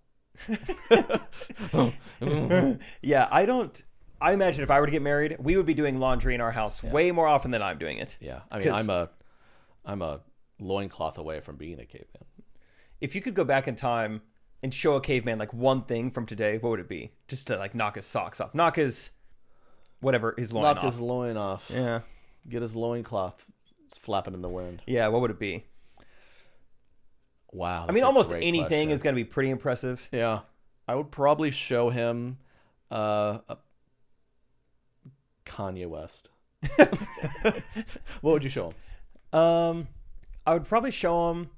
yeah, I don't. I imagine if I were to get married, we would be doing laundry in our house way more often than I'm doing it. Yeah, I mean, 'Cause- I'm a, I'm a loincloth away from being a caveman. If you could go back in time and show a caveman like one thing from today, what would it be? Just to like knock his socks off, knock his whatever his loin knock off. his loin off. yeah. Get his loincloth flapping in the wind. Yeah, what would it be? Wow. I mean, almost anything is going to be pretty impressive. Yeah. I would probably show him uh, a- Kanye West. what would you show him? Um, I would probably show him.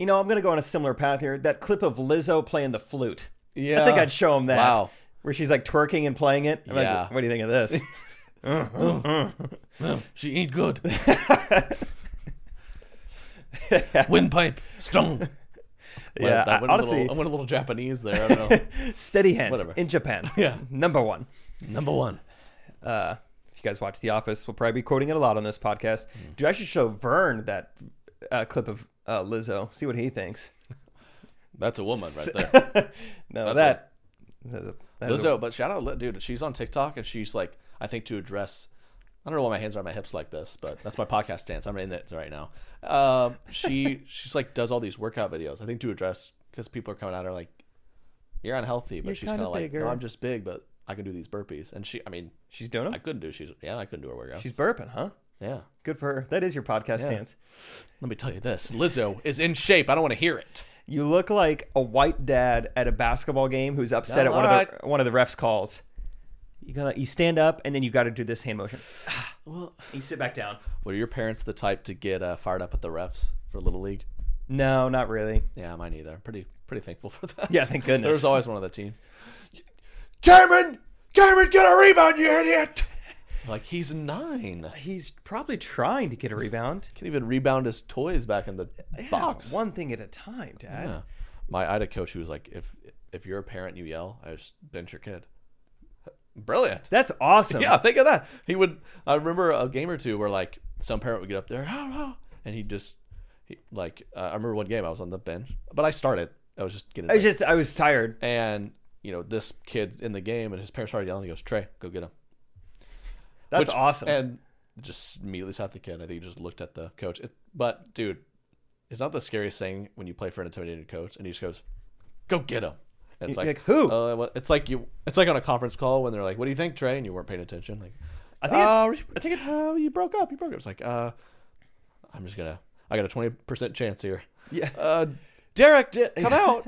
You know, I'm going to go on a similar path here. That clip of Lizzo playing the flute. I think Yeah. I'd show him that. Wow. Where she's like twerking and playing it. I'm Yeah. like, what do you think of this? She ain't good. Windpipe, stone. yeah, I- I, went a honestly, little, I went a little Japanese there. I don't know. steady hand Whatever. in Japan. Yeah. number one. Number one. Uh, if you guys watch The Office, we'll probably be quoting it a lot on this podcast. Dude, I should show Vern that uh, clip of uh, Lizzo. See what he thinks. That's a woman right there. No, That's that. that's a- that is a- Lizzo, but shout out, Li- dude. She's on TikTok and she's like, I think to address. I don't know why my hands are on my hips like this, but that's my podcast stance. I'm in it right now. Um, she she's like does all these workout videos. I think to address because people are coming at her like, you're unhealthy, but You're she's kind kinda of like, no, bigger." I'm just big, but I can do these burpees. And she, I mean, She's doing I them. couldn't do she's yeah, I couldn't do a workout. She's burping, huh? yeah. Good for her. That is your podcast stance. Let me tell you this, Lizzo is in shape. I don't want to hear it. You look like a white dad at a basketball game who's upset Yeah, at one of alright. the one of the refs calls. You gotta you stand up and then you got to do this hand motion. well, you sit back down. Were your parents the type to get uh, fired up at the refs for little league? No, not really. Yeah, mine either. I'm pretty pretty thankful for that. Yeah, thank goodness. There's always one of the teams. Cameron, Cameron, get a rebound, you idiot! Like he's nine. He's probably trying to get a rebound. Can't even rebound his toys back in the Yeah, box. One thing at a time, Dad. Yeah. My I had a coach who was like, if if you're a parent, and you yell, I just bench your kid. Brilliant. That's awesome. Yeah, think of that. He would. I remember a game or two where like some parent would get up there, "How, how," and he just he, like uh, I remember one game I was on the bench, but I started. I was just getting. I was ready. just I was tired. and you know this kid's in the game, and his parents started yelling. He goes, "Trey, go get him." That's Which- eh, awesome. And just immediately sat the kid. I think he just looked at the coach. It, but dude, it's not the scariest thing when you play for an intimidating coach, and he just goes, "Go get him." And it's You're like, like, "Who?" Uh, well, it's like you. It's like on a conference call when they're like, "What do you think, Trey?" And you weren't paying attention. Like, I think it- I think it, uh, you broke up. You broke up. It's like, uh, I'm just gonna. I got a twenty percent chance here. Yeah. Uh, Derek, come out.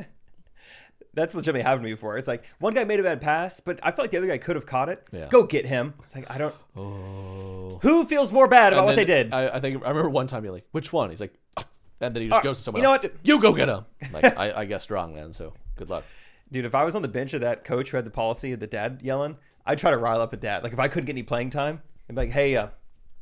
That's legitimately happened to me before. It's like one guy made a bad pass, but I felt like the other guy could have caught it. Yeah. Go get him. It's like I don't Oh. Who feels more bad about And what they then did? I, I think I remember one time you're like, "Which one?" He's like, "Ah." and then he just Oh, goes to someone. you know else. what? You go get him. I'm Like I, I guessed wrong then, so good luck. Dude, if I was on the bench of that coach who had the policy of the dad yelling, I'd try to rile up a dad. Like if I couldn't get any playing time, I'd be like, "Hey, uh,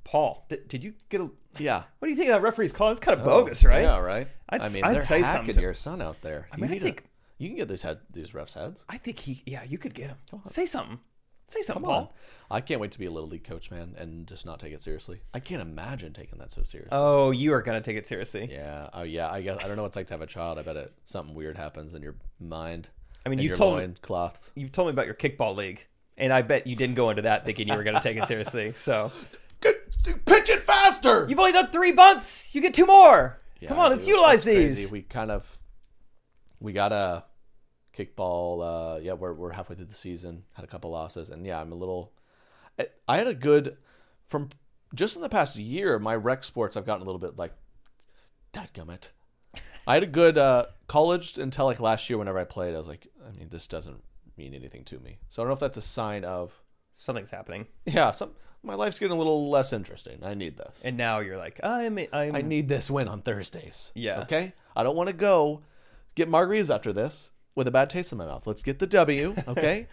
Paul, th- did you get a? Yeah. What do you think of that referee's call? It's kind of bogus, right? Oh, Yeah, right. i I'd s- mean, I'd they're say hacking something to- your son out there. I mean, I you, need to- think- you can get these head, these refs heads. I think he. Yeah, you could get him. Say something. Say something, Come on. Paul. I can't wait to be a little league coach, man, and just not take it seriously. I can't imagine taking that so seriously. Oh, you are gonna take it seriously. yeah. Oh, yeah. I guess I don't know what it's like to have a child. I bet it something weird happens in your mind. I mean, and you your told me- loin cloth. You've told me about your kickball league, and I bet you didn't go into that thinking you were gonna take it seriously. So Pitch it faster. you've only done three bunts. You get two more. Yeah, Come on, dude, let's utilize that's these. crazy. We kind of we got a kickball. Uh, yeah, we're we're halfway through the season. Had a couple losses, and yeah, I'm a little. I, I had a good from just in the past year. My rec sports, I've gotten a little bit like, dadgummit. I had a good uh, college until like last year. Whenever I played, I was like, I mean, this doesn't mean anything to me. So I don't know if that's a sign of Something's happening, yeah, some my life's getting a little less interesting. I need this. and now you're like, I'm. I'm. I need this win on Thursdays. Yeah. Okay. I don't want to go get margaritas after this with a bad taste in my mouth. Let's get the W. Okay.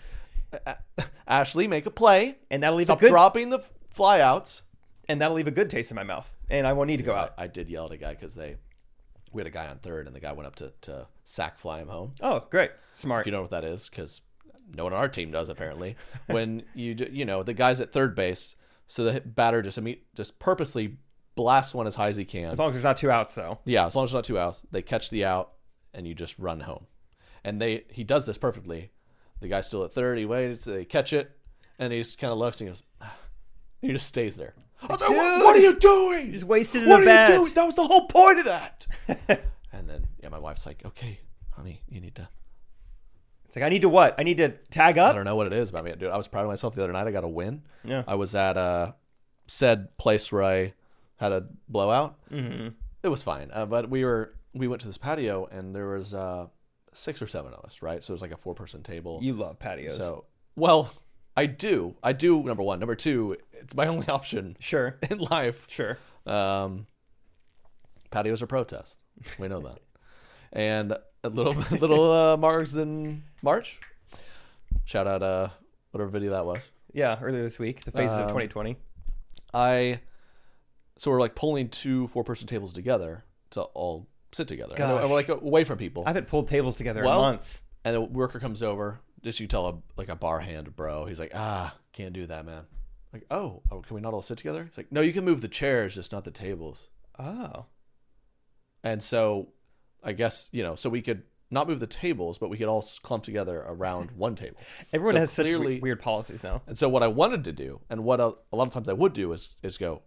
A- A- Ashley, make a play. and that'll leave Stop a good dropping the flyouts. and that'll leave a good taste in my mouth. And I won't need to go I, out. I did yell at a guy because they we had a guy on third and the guy went up to to sack fly him home. Oh, great, If smart. you know what that is, because no one on our team does apparently. when you do, you know the guys at third base, so the batter just imme- just purposely blasts one as high as he can. As long as there's not two outs, though. Yeah, as long as it's not two outs, they catch the out and you just run home. And they he does this perfectly. The guy's still at third. He waits. They catch it, and he just kind of looks and he goes. "Ah." He just stays there. I was like, what, what are you doing? You just wasted it What in are the bat." you doing? That was the whole point of that. and then yeah, my wife's like, okay, honey, you need to. It's like I need to what? I need to tag I up. don't know what it is, but I mean, dude, I was proud of myself the other night. I got a win. Yeah. I was at a said place where I had a blowout. Mm-hmm. It was fine, uh, but we were we went to this patio and there was uh, six or seven of us, right? So it was like a four person table. You love patios. so well, I do, I do. Number one, number two, it's my only option sure, in life. sure. Um, patios are protest. We know that. and a little little uh, Mars in March. Shout out uh whatever video that was. Yeah, earlier this week, the faces of Um, 2020. I so we're like pulling two four person tables together to all sit together. And Gosh. we're like away from people. I haven't pulled tables together Well- in months. and a worker comes over, just you tell a like a bar hand bro. He's like, ah, can't do that, man. Like, oh, oh, can we not all sit together? It's like, no, you can move the chairs, just not the tables. Oh, And so I guess, you know, so we could not move the tables, but we could all s- clump together around one table. everyone So has such we- clearly- weird policies now. And so what I wanted to do, and what a, a lot of times I would do, is is go,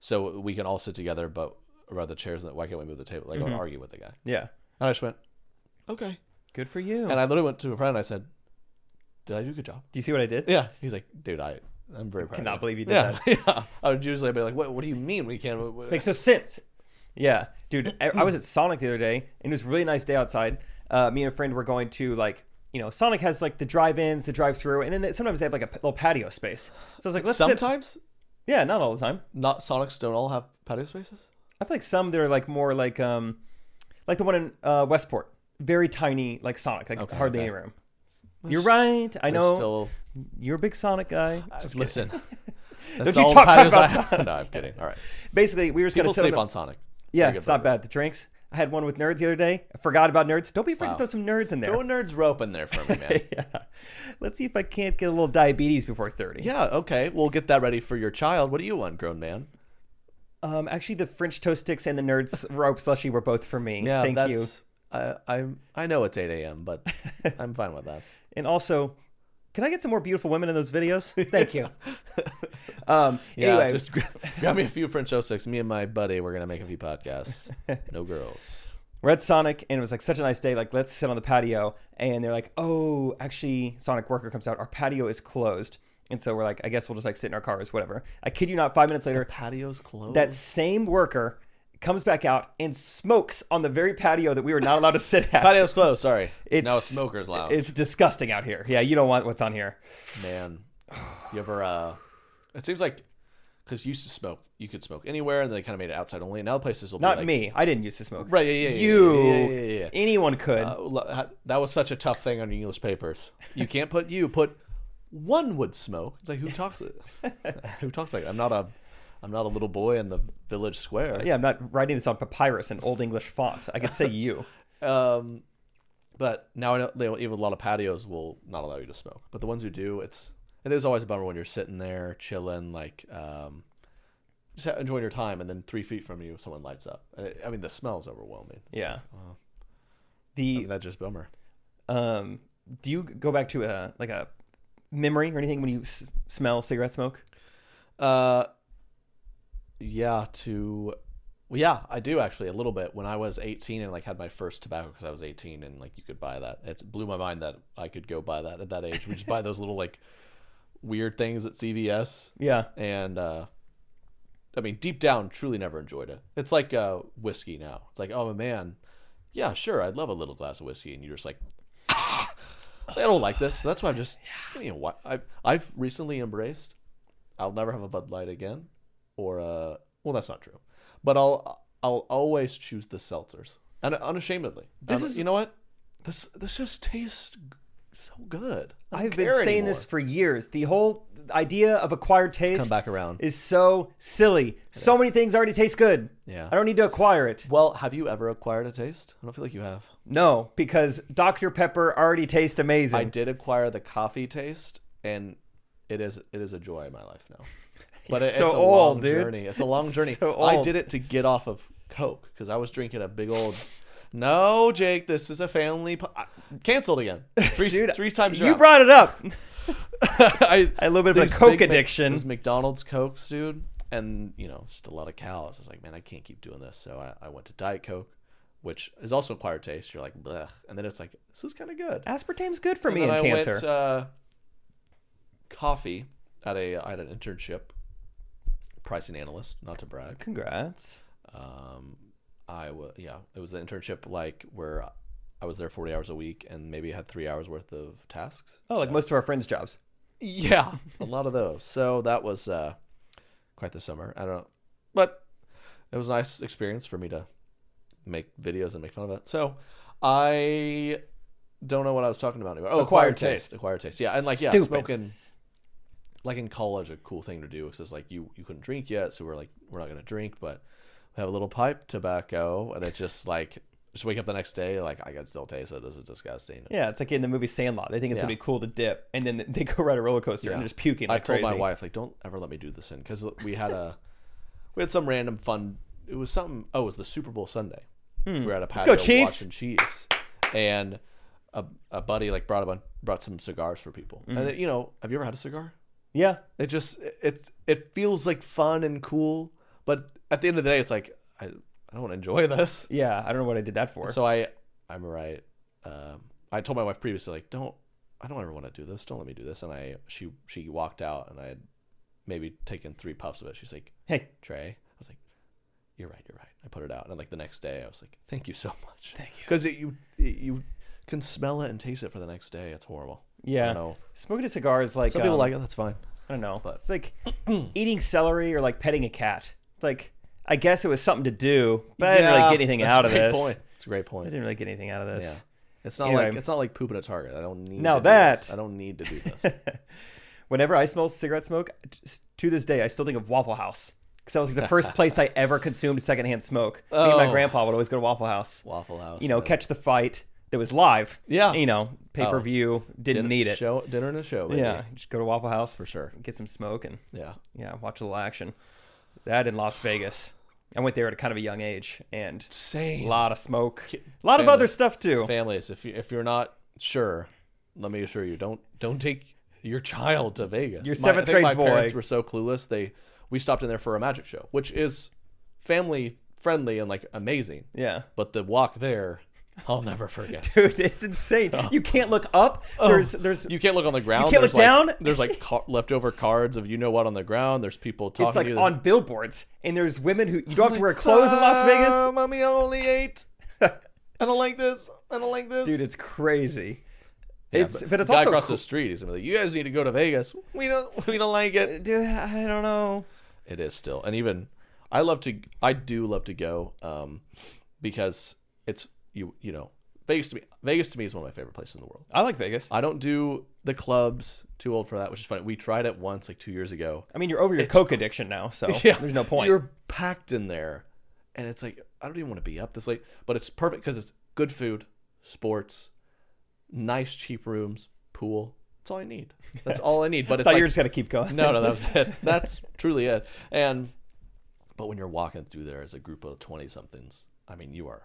so we can all sit together, but around the chairs, and why can't we move the table? Like, I Mm-hmm. would argue with the guy. Yeah, And I just went, okay. good for you. And I literally went to a friend and I said, did I do a good job? Do you see what I did? Yeah. He's like, dude, I, I'm very proud. of cannot believe you did yeah, that. Yeah. I would usually be like, what, what do you mean we can't? w- w- Makes no sense. Yeah, dude. e, I, I was at Sonic the other day, and it was a really nice day outside. Uh, me and a friend were going to like, you know, Sonic has like the drive-ins, the drive-through, and then they, sometimes they have like a p- little patio space. So I was like, let's sit. Sometimes Yeah, not all the time. not Sonics don't all have patio spaces. I feel like some that are like more like um, like the one in uh, Westport, very tiny, like Sonic, like hardly okay. any room. You're right. I know Still you're a big Sonic guy. Listen, That's you all the talk crap patios I about have. No, I'm kidding. All right. Basically, we were just going People to sleep on Sonic. Yeah, They're good it's not burgers. bad. The drinks. I had one with nerds the other day. I forgot about nerds. Don't be afraid to Wow. throw some nerds in there. Throw a nerd's rope in there for me, man. yeah. Let's see if I can't get a little diabetes before 30. yeah, okay. We'll get that ready for your child. What do you want, grown man? Um, actually, the French toast sticks and the nerds rope slushy were both for me. Yeah, Thank that's. you. I, I'm. I know it's 8 a.m., but I'm fine with that. And also, can I get some more beautiful women in those videos? Thank you. um, Yeah, anyway, just grab, grab me a few French toast sticks. Me and my buddy, we're gonna make a few podcasts. No girls. we're at Sonic, and it was like such a nice day. Like, let's sit on the patio, and they're like, "Oh, actually, Sonic worker comes out. Our patio is closed." And so we're like, "I guess we'll just like sit in our cars, whatever." I kid you not. Five minutes later, Patios closed. that same worker comes back out and smokes on the very patio that we were not allowed to sit at. patios closed. Sorry. It's now a smoker's lounge. It's disgusting out here. Yeah, you don't want what's on here. Man, you ever? uh It seems like because you used to smoke, you could smoke anywhere, and they kind of made it outside only. Now places will Not be like, me. I didn't used to smoke. Right, yeah, yeah, yeah, You. yeah, yeah, yeah, yeah. Anyone could. uh, lo- ha- that was such a tough thing on English papers. You can't put you put one would smoke. It's like who talks who talks like I'm not a I'm not a little boy in the village square. yeah, I'm not writing this on papyrus in old English font. I could say you. Um, but now I know they, even a lot of patios will not allow you to smoke. But the ones who do, it's it is always a bummer when you're sitting there chilling, like um, just ha- enjoying your time, and then three feet from you, someone lights up. And it- I mean, the smell is overwhelming. It's Yeah. like, wow. I mean, The that's just bummer. um, do you go back to a like a memory or anything when you s- smell cigarette smoke? Uh, yeah. To well, yeah, I do actually a little bit. When I was 18 and like had my first tobacco because I was 18 and like you could buy that. It blew my mind that I could go buy that at that age. We just buy those little like weird things at CVS. Yeah. and uh I mean, deep down, truly never enjoyed it. It's like uh, whiskey now. It's like, oh man, yeah, sure, I'd love a little glass of whiskey, and you're just like, "Ah, I don't like this. So that's why I'm just, just give me a whi- I've I've recently embraced. I'll never have a Bud Light again, or uh, well, that's not true, but I'll I'll always choose the seltzers, and unashamedly. This Um, is- you know what? This this just tastes g- so good. I don't I've been care saying anymore. this for years. The whole idea of acquired taste come back around. is so silly. so many things already taste good. Yeah. I don't need to acquire it. Well, have you ever acquired a taste? I don't feel like you have. No, because Dr. Pepper already tastes amazing. I did acquire the coffee taste, and it is it is a joy in my life now. But it, so it's a long old, dude. journey. It's a long journey. So I old. did it to get off of Coke because I was drinking a big old. No, Jake, this is a family. Po- I- Canceled again. Three Dude, three times. You you're out. brought it up. I, A little bit of a these Coke Big Mc- addiction. these McDonald's Cokes, dude, and you know, just a lot of cows. I was like, man, I can't keep doing this. So I, I went to Diet Coke, which is also acquired taste. You're like, blech, and then it's like, this is kind of good. Aspartame's good for And me in then I cancer. Went, uh, coffee at a I had an internship, pricing analyst. Not to brag. Congrats. Um, I was yeah, it was the internship like where I was there 40 hours a week and maybe had three hours worth of tasks. Oh, like most of our friends' jobs. Yeah, a lot of those. So that was uh, quite the summer. I don't know, but it was a nice experience for me to make videos and make fun of it. So I don't know what I was talking about anymore. Oh, Acquired acquired, taste. taste. acquired taste. Yeah, and like yeah, Stupid. smoking. Like in college, a cool thing to do because like you you couldn't drink yet, so we're like we're not gonna drink, but we have a little pipe tobacco, and it's just like just wake up the next day like I can still taste it. This is disgusting. Yeah, it's like in the movie Sandlot. They think it's Yeah. gonna be cool to dip, and then they go ride a roller coaster and Yeah. they're just puking like I told crazy. my wife like, don't ever let me do this in because we had a we had some random fun. It was something. Oh, it was the Super Bowl Sunday. We were at a patio Hmm. go, Chiefs! watching Chiefs, and a, a buddy like brought a bun- brought some cigars for people. Mm-hmm. And you know, have you ever had a cigar? Yeah, It just it's it feels like fun and cool, but at the end of the day, it's like I I don't enjoy this. yeah. I don't know what I did that for. So I I'm right. Um, I told my wife previously like don't I don't ever want to do this. Don't let me do this. And I she she walked out and I had maybe taken three puffs of it. She's like hey, Trey. I was like you're right. You're right. I put it out and then, like the next day I was like thank you so much. Thank you because you it, you can smell it and taste it for the next day. It's horrible. I yeah. don't know. Smoking a cigar is like Some people um, like it. That's fine. I don't know. It's like eating celery or like petting a cat. It's like I guess it was something to do, but I didn't Yeah, really get anything that's a out of great this. Point. It's a great I point. didn't really get anything out of Yeah. this. It's not Anyway. like it's not like pooping at Target. I don't need Now to do this. that- I don't need to do this. whenever I smell cigarette smoke, t- to this day, I still think of Waffle House because that was like the first place I ever consumed secondhand smoke. Me and my Oh. grandpa would always go to Waffle House. Waffle House. you know, man. catch the fight that was live. Yeah. You know, pay per view, Dinner- didn't need it. Show dinner and a show. Baby. Yeah, just go to Waffle House for sure. Get some smoke and yeah. yeah, watch a little action. That in Las Vegas, I went there at kind of a young age and a Same. lot of smoke, a lot of family- other stuff too. Families, if you if you're not sure, let me assure you, don't don't take your child to Vegas. Your My- seventh I think grade my parents boy. were so clueless. They we stopped in there for a magic show, which is family friendly and like amazing. Yeah. But the walk there, I'll never forget. Dude, it's insane. Oh. You can't look up. There's there's You can't look on the ground. can't there's look like, down? There's like ca- leftover cards of you know what on the ground. There's people talking. it's like to you. on billboards and there's women who you don't have to wear clothes in Las Vegas. Oh, mommy, I only ate. I don't like this. I don't like this. Dude, it's crazy. Yeah, it's but, it's the guy also across cool. the street. He's gonna be like, "You guys need to go to Vegas. We don't. We don't like it." uh, Dude, I don't know. It is still, and even I love to. I do love to go, um, because it's you. You know, Vegas to me. Vegas to me is one of my favorite places in the world. I like Vegas. I don't do the clubs. Too old for that, which is funny. We tried it once, like two years ago. I mean, you're over your coke addiction now, so there's no point. You're packed in there, and it's like I don't even want to be up this late. But it's perfect because it's good food, sports, nice cheap rooms, pool. That's all I need. That's all I need. But it's thought like, you were just gonna keep going. no, no, that was it. That's truly it. And but when you're walking through there as a group of twenty somethings, I mean, you are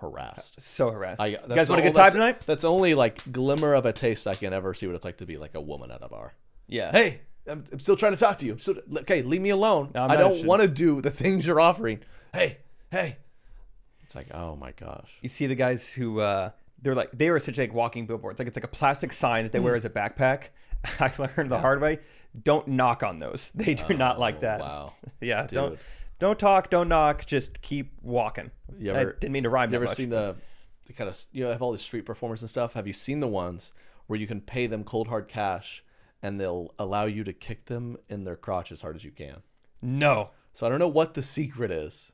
harassed. so harassed. I, you that's guys want a all- good time that's- tonight? That's only like glimmer of a taste I can ever see what it's like to be like a woman at a bar Yeah. hey I'm, I'm still trying to talk to you so okay leave me alone No, I'm i not don't interested. want to do the things you're offering hey hey it's like oh my gosh you see the guys who uh, they're like they are essentially like walking billboards. Like it's like a plastic sign that they Hmm. wear as a backpack. I learned the hard way. Don't knock on those. They do not like that. Oh, wow. Yeah. Don't Dude. don't talk. Don't knock. Just keep walking. You I ever- didn't mean to rhyme. you that ever much. seen the, the kind of you know have all these street performers and stuff have you seen the ones where you can pay them cold hard cash and they'll allow you to kick them in their crotch as hard as you can No. so i don't know what the secret is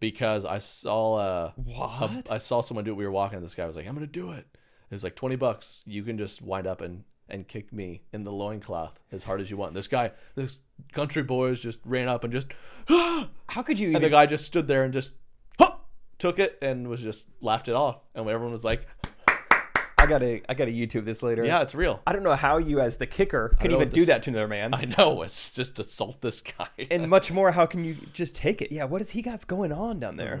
because i saw uh a, i saw someone do it we were walking and this guy was like i'm gonna do it it was like 20 bucks you can just wind up and and kick me in the loincloth as hard as you want this guy this country boys just ran up and just "Ah, How could you? and the Even... guy just stood there and just "Hup!" took it and was just laughed it off and everyone was like I gotta I gotta YouTube this later. yeah it's real I don't know how you, as the kicker, can know even what do this- that to another man. i know it's just assault this guy and much more how can you just take it yeah what does he got going on down there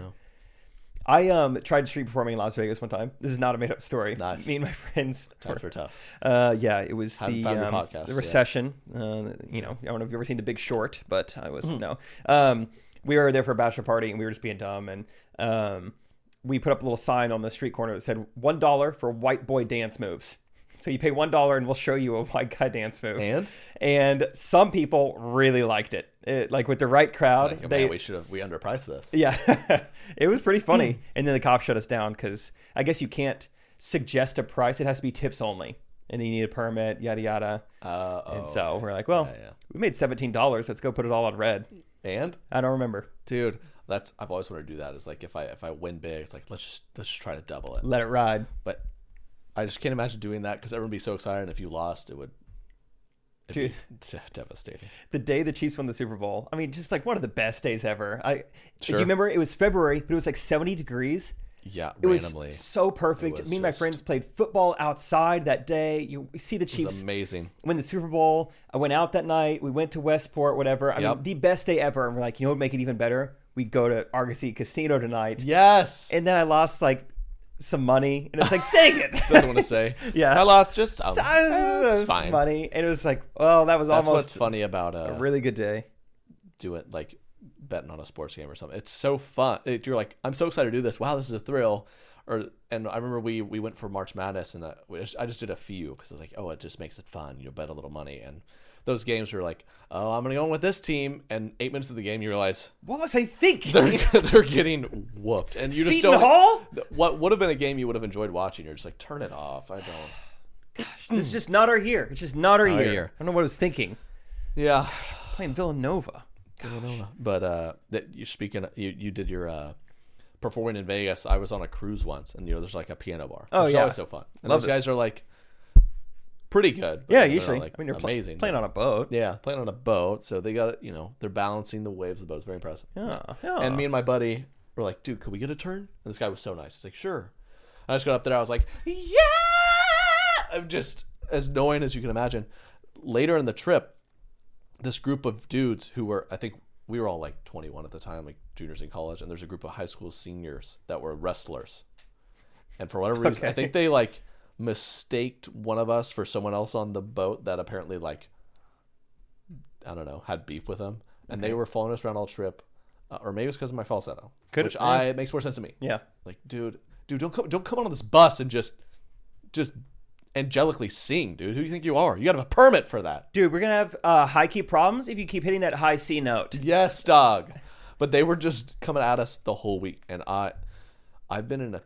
i um tried street performing in las vegas one time this is not a made-up story Nice. me and my friends were- times were tough uh yeah it was the, found your um, podcast the yet. recession uh, you know i don't know if you've ever seen the big short but i Mm-hmm. was no um we were there for a bachelor party and we were just being dumb and um we put up a little sign on the street corner that said one dollar for white boy dance moves so you pay one dollar and we'll show you a white guy dance move And? and some people really liked it, it like with the right crowd Like, they man, we should have we underpriced this yeah, it was Hmm. pretty funny. and then the cop shut us down because I guess you can't suggest a price; it has to be tips only, and then you need a permit, yada yada. uh, and so we're like, well, yeah. we made seventeen dollars. Let's go put it all on red. and I don't remember. dude that's i've always wanted to do that it's like if i if i win big it's like let's just let's just try to double it Let it ride. but i just can't imagine doing that because everyone would be so excited and if you lost it would it'd be devastating The day the Chiefs won the Super Bowl, I mean, just like one of the best days ever. I do Sure. you remember it was February, but it was like seventy degrees. yeah It randomly was so perfect. was Me and my just- friends played football outside that day. You you see the Chiefs amazing win the Super Bowl. I went out that night. We went to Westport, whatever. I mean, Yep. the best day ever. And we're like, you know what would make it even better? We go to Argosy Casino tonight. yes And then I lost like some money. And it's like, dang it. doesn't want to say Yeah. i lost just um, Some it's fine money. And it was like, well, that was that's what's almost funny about uh a really good day. doing like betting on a sports game or something. It's so fun. It, you're like, I'm so excited to do this. Wow, this is a thrill. Or and I remember we we went for March Madness and uh, we just- I just did a few because I was like, oh, it just makes it fun. You bet a little money and those games were like, oh, I'm gonna go in with this team. And eight minutes of the game, you realize What was I thinking? they're they're getting whooped, and you just Seton don't. Hall? What would have been a game you would have enjoyed watching? You're just like, turn it off. I don't. This is just not our year. It's just not our Mm. our year. year. I don't know what I was thinking. Yeah, Playing Villanova. But uh, that you speaking, you you did your uh, performing in Vegas. I was on a cruise once, and you know there's like a piano bar. Oh, which is yeah. always so fun. And Love those this. guys are like, pretty good. but Yeah, they're not, usually. like, I mean, you're pl- amazing. playing but- on a boat. yeah, playing on a boat. So they got you know they're balancing the waves of the boat. It's very impressive. Yeah, yeah. And me and my buddy were like, dude, could we get a turn? And this guy was so nice. He's like, sure. And I just got up there. I was like, yeah. I'm just as annoying as you can imagine. Later in the trip, this group of dudes who were, I think we were all like 21 at the time, like juniors in college, and there's a group of high school seniors that were wrestlers. And for whatever reason, I Okay. think they like mistaked one of us for someone else on the boat that apparently like I don't know, had beef with them, and they were following us around all trip, uh, or maybe it's because of my falsetto, Could- which yeah. I it makes more sense to me. Yeah. Like, dude, dude, don't come, don't come on this bus and just, just angelically sing, dude. Who do you think you are? You got to have a permit for that. Dude, we're gonna have uh, high key problems if you keep hitting that high C note. Yes, dog. But they were just coming at us the whole week, and I, I've been in a,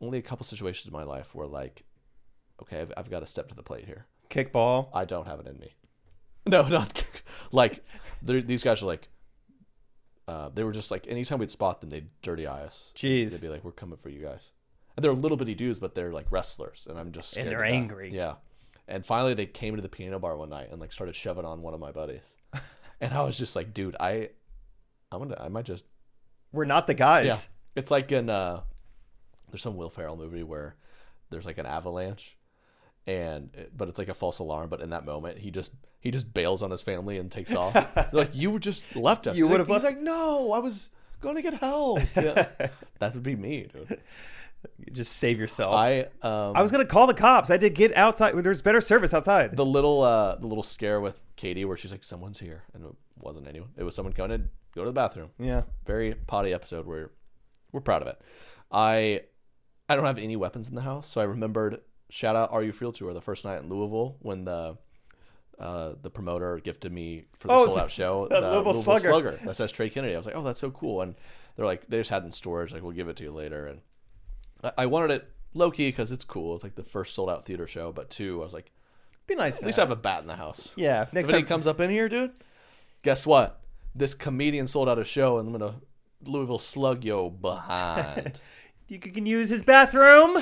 only a couple situations in my life where like, okay, I've, I've got to step to the plate here. Kickball. I don't have it in me. No, not like they're- these guys are like. Uh, they were just like anytime we'd spot them, they'd dirty eye us. Jeez. They'd be like, "We're coming for you guys," and they're little bitty dudes, but they're like wrestlers, and I'm just And scared they're to death. angry. Yeah, and finally they came into the piano bar one night and like started shoving on one of my buddies, and I was just like, "Dude, I, I'm gonna, I might just We're not the guys. yeah. It's like in uh there's some Will Ferrell movie where there's like an avalanche and eh, but it's like a false alarm but in that moment he just he just bails on his family and takes off. They're like you just left us. You He's would like- have He's like no, I was going to get help. Yeah. that would be me, dude. You just save yourself. Oh. I, I um was gonna call the cops. I did get outside. There's better service outside. the little uh the little scare with Katie where she's like someone's here and it wasn't anyone. It was someone going to go to the bathroom. yeah. very potty episode where we're proud of it. I I don't have any weapons in the house, so I remembered shout out Are You Freel Tour the first night in Louisville when the uh, the promoter gifted me for the Oh, sold out show that the Louisville Slugger. that says Trey Kennedy. I was like, oh, that's so cool, and they're like, they just had it in storage, like we'll give it to you later, and I, I wanted it low key because it's cool. It's like the first sold out theater show, but two, I was like, Be nice. at least I have a bat in the house. Yeah. If Next anybody time. comes up in here, dude, guess what? This comedian sold out a show, and I'm gonna Louisville slug yo behind. you can use his bathroom.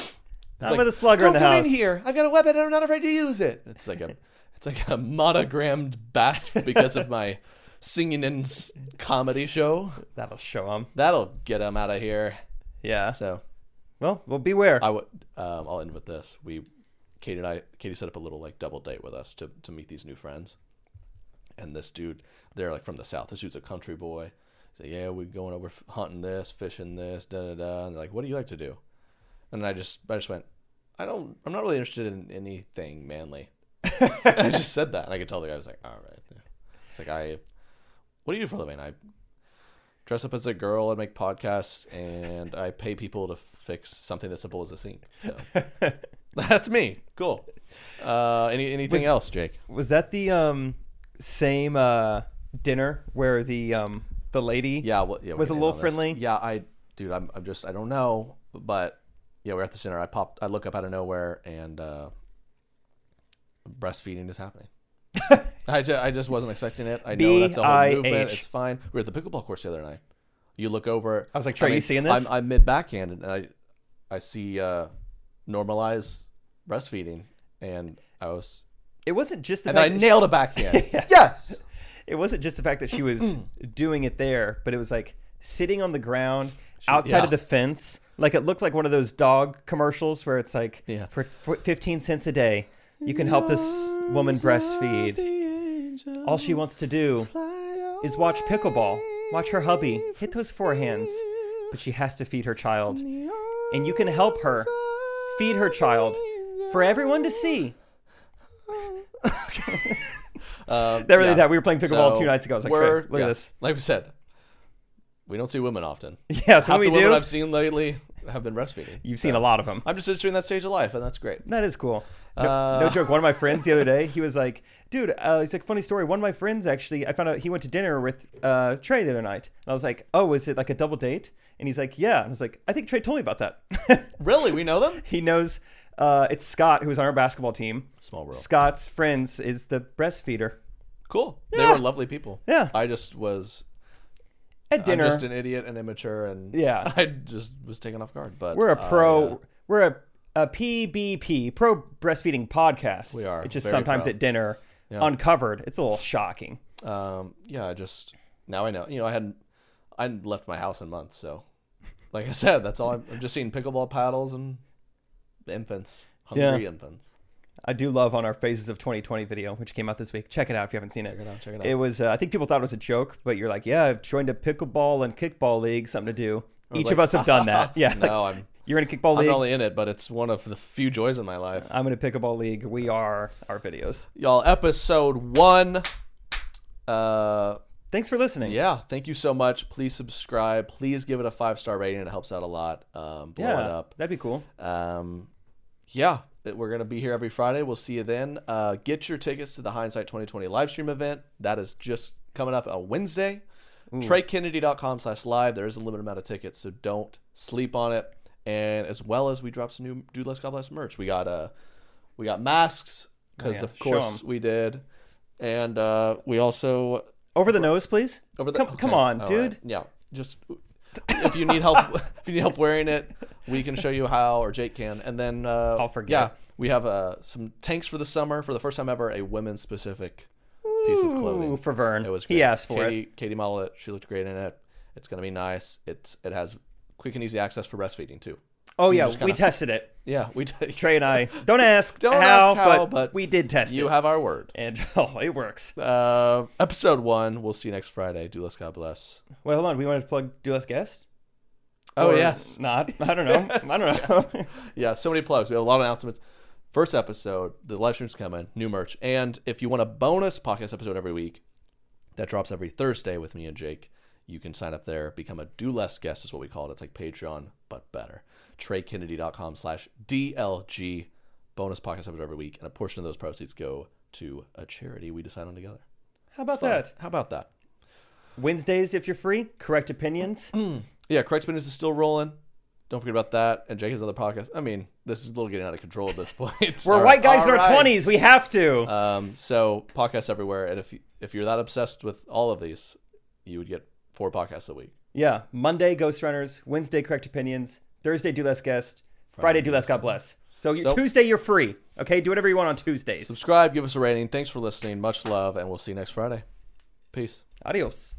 I'm like, with a slugger Don't in the come house. in here. I've got a weapon, and I'm not afraid to use it. It's like a, it's like a monogrammed bat because of my singing and s- comedy show. That'll show him. That'll get him out of here. Yeah. So Well, well, beware. I would. Um, I'll end with this. We, Katie and I, Katie set up a little like double date with us to to meet these new friends. And this dude, they're like from the south. This dude's a country boy. He's like, yeah, we're going over f- hunting this, fishing this, da da da. And they're like, what do you like to do? And I just, I just went, I don't, I'm not really interested in anything manly. I just said that, and I could tell the guy was like, all right. yeah." It's like I, what do you do for a living? I dress up as a girl and make podcasts, and I pay people to fix something as simple as a scene. So. That's me. Cool. Uh, any anything else, Jake? was that the um same uh dinner where the um the lady Yeah. Well, yeah we Was can a end little on this. friendly? Yeah, I, dude, I'm, I'm just, I don't know, but yeah, we're at the center. I popped, I look up out of nowhere, and uh, breastfeeding is happening. I, ju- I just wasn't expecting it. I know that's a whole movement. BIH. It's fine. We were at the pickleball course the other night. You look over. I was like, Trey, you seeing this? I'm, I'm mid backhanded, and I, I see uh, normalize breastfeeding, and I was, it wasn't just the and then I fact that nailed a backhand. Yes. it wasn't just the fact that she was Mm. doing it there, but it was like sitting on the ground outside yeah. of the fence. Like it looked like one of those dog commercials where it's like Yeah. for f- 15 cents a day, you can help this woman breastfeed. All she wants to do is watch pickleball, watch her hubby hit those forehands, but she has to feed her child. And you can help her feed her child for everyone to see. Um, That really that we were playing pickleball two nights ago. I was like, Trey, we're- look at this. Like we said, we don't see women often. Yeah, so Half what we the women do. I've seen lately have been breastfeeding. You've seen a lot of them. I'm just entering that stage of life, and that's great. That is cool. No, Uh, no joke. One of my friends the other day, he was like, "Dude, uh, he's like, funny story. One of my friends actually, I found out he went to dinner with uh, Trey the other night, and I was like, oh, is it like a double date? And he's like, yeah. And I was like, I think Trey told me about that. Really, we know them. he knows uh, it's Scott who's on our basketball team. Small world. Scott's friends is the breastfeeder Cool. They were lovely people. Yeah. I just was. at dinner. I'm just an idiot and immature, and Yeah. I just was taken off guard. But we're a uh, pro. yeah. We're a a PBP, pro breastfeeding podcast. We are It's just very sometimes proud. at dinner, uncovered. It's a little shocking. Um, yeah, I just now I know. You know, I hadn't I hadn't left my house in months, so like I said, that's all. I'm, I'm just seeing pickleball paddles and infants, hungry Yeah. infants. I do love on our Phases of 2020 video, which came out this week. Check it out if you haven't seen it. Check it out, check it out. was, uh, I think people thought it was a joke, but you're like, yeah, I've joined a pickleball and kickball league, something to do. Each of us have done that. Yeah. like, No, I'm you're in a kickball I'm league. not only in it, but it's one of the few joys in my life. I'm in a pickleball league. We are our videos. Y'all, episode one. Uh, Thanks for listening. yeah, thank you so much. Please subscribe. Please give it a five star rating. It helps out a lot. Um, blow Yeah. it up. That'd be cool. Um, yeah, that we're going to be here every Friday. We'll see you then. Uh, get your tickets to the Hindsight 2020 live stream event. That is just coming up on Wednesday. TreyKennedy.com slash live. There is a limited amount of tickets, so don't sleep on it. And as well as we dropped some new Do Less God Bless merch. We got uh, we got masks because Oh, yeah. of Show course 'em. we did, and uh, we also Over the nose, please. over the come, come okay, on, all dude. right, Yeah, just if you need help, if you need help wearing it, we can show you how, or Jake can, and then uh, I'll forget. Yeah, we have uh, some tanks for the summer for the first time ever. A women specific piece of clothing Ooh, for Vern. It was great. he asked for Katie, it. Katie modeled it. She looked great in it. It's gonna be nice. It's it has quick and easy access for breastfeeding too. Oh You yeah, just we kinda- tested it. Yeah, we did. Trey and I. Don't ask Don't how, ask how, but, but we did test You it. have our word. and oh, it works. Uh, episode one. We'll see you next Friday. Do less, God bless. Wait, hold on. We want to plug Do Less Guest? Oh Or yes. Not. I don't know. I don't know. Yeah, so many plugs. We have a lot of announcements. First episode, the live stream's coming, new merch. And if you want a bonus podcast episode every week that drops every Thursday with me and Jake, you can sign up there. Become a do less guest is what we call it. It's like Patreon, but better. TreyKennedy.com slash DLG. Bonus podcast episode every week. And a portion of those proceeds go to a charity we decide on together. How about Fun. that? How about that? Wednesdays, if you're free, correct opinions. Yeah, Correct Spinach is still rolling. Don't forget about that. And Jake has other podcasts. I mean, this is a little getting out of control at this point. We're All white right. guys in All our right. 20s. We have to. Uh, Um, so podcasts everywhere, and if you, if you're that obsessed with all of these, you would get four podcasts a week. yeah. Monday, Ghost Runners. Wednesday, correct opinions. Thursday, Do Less Guest. Friday, Do Less God Bless. So, you So- Tuesday, you're free. Okay. Do whatever you want on Tuesdays. Subscribe, give us a rating. Thanks for listening. Much love, and we'll see you next Friday. Peace. Adios.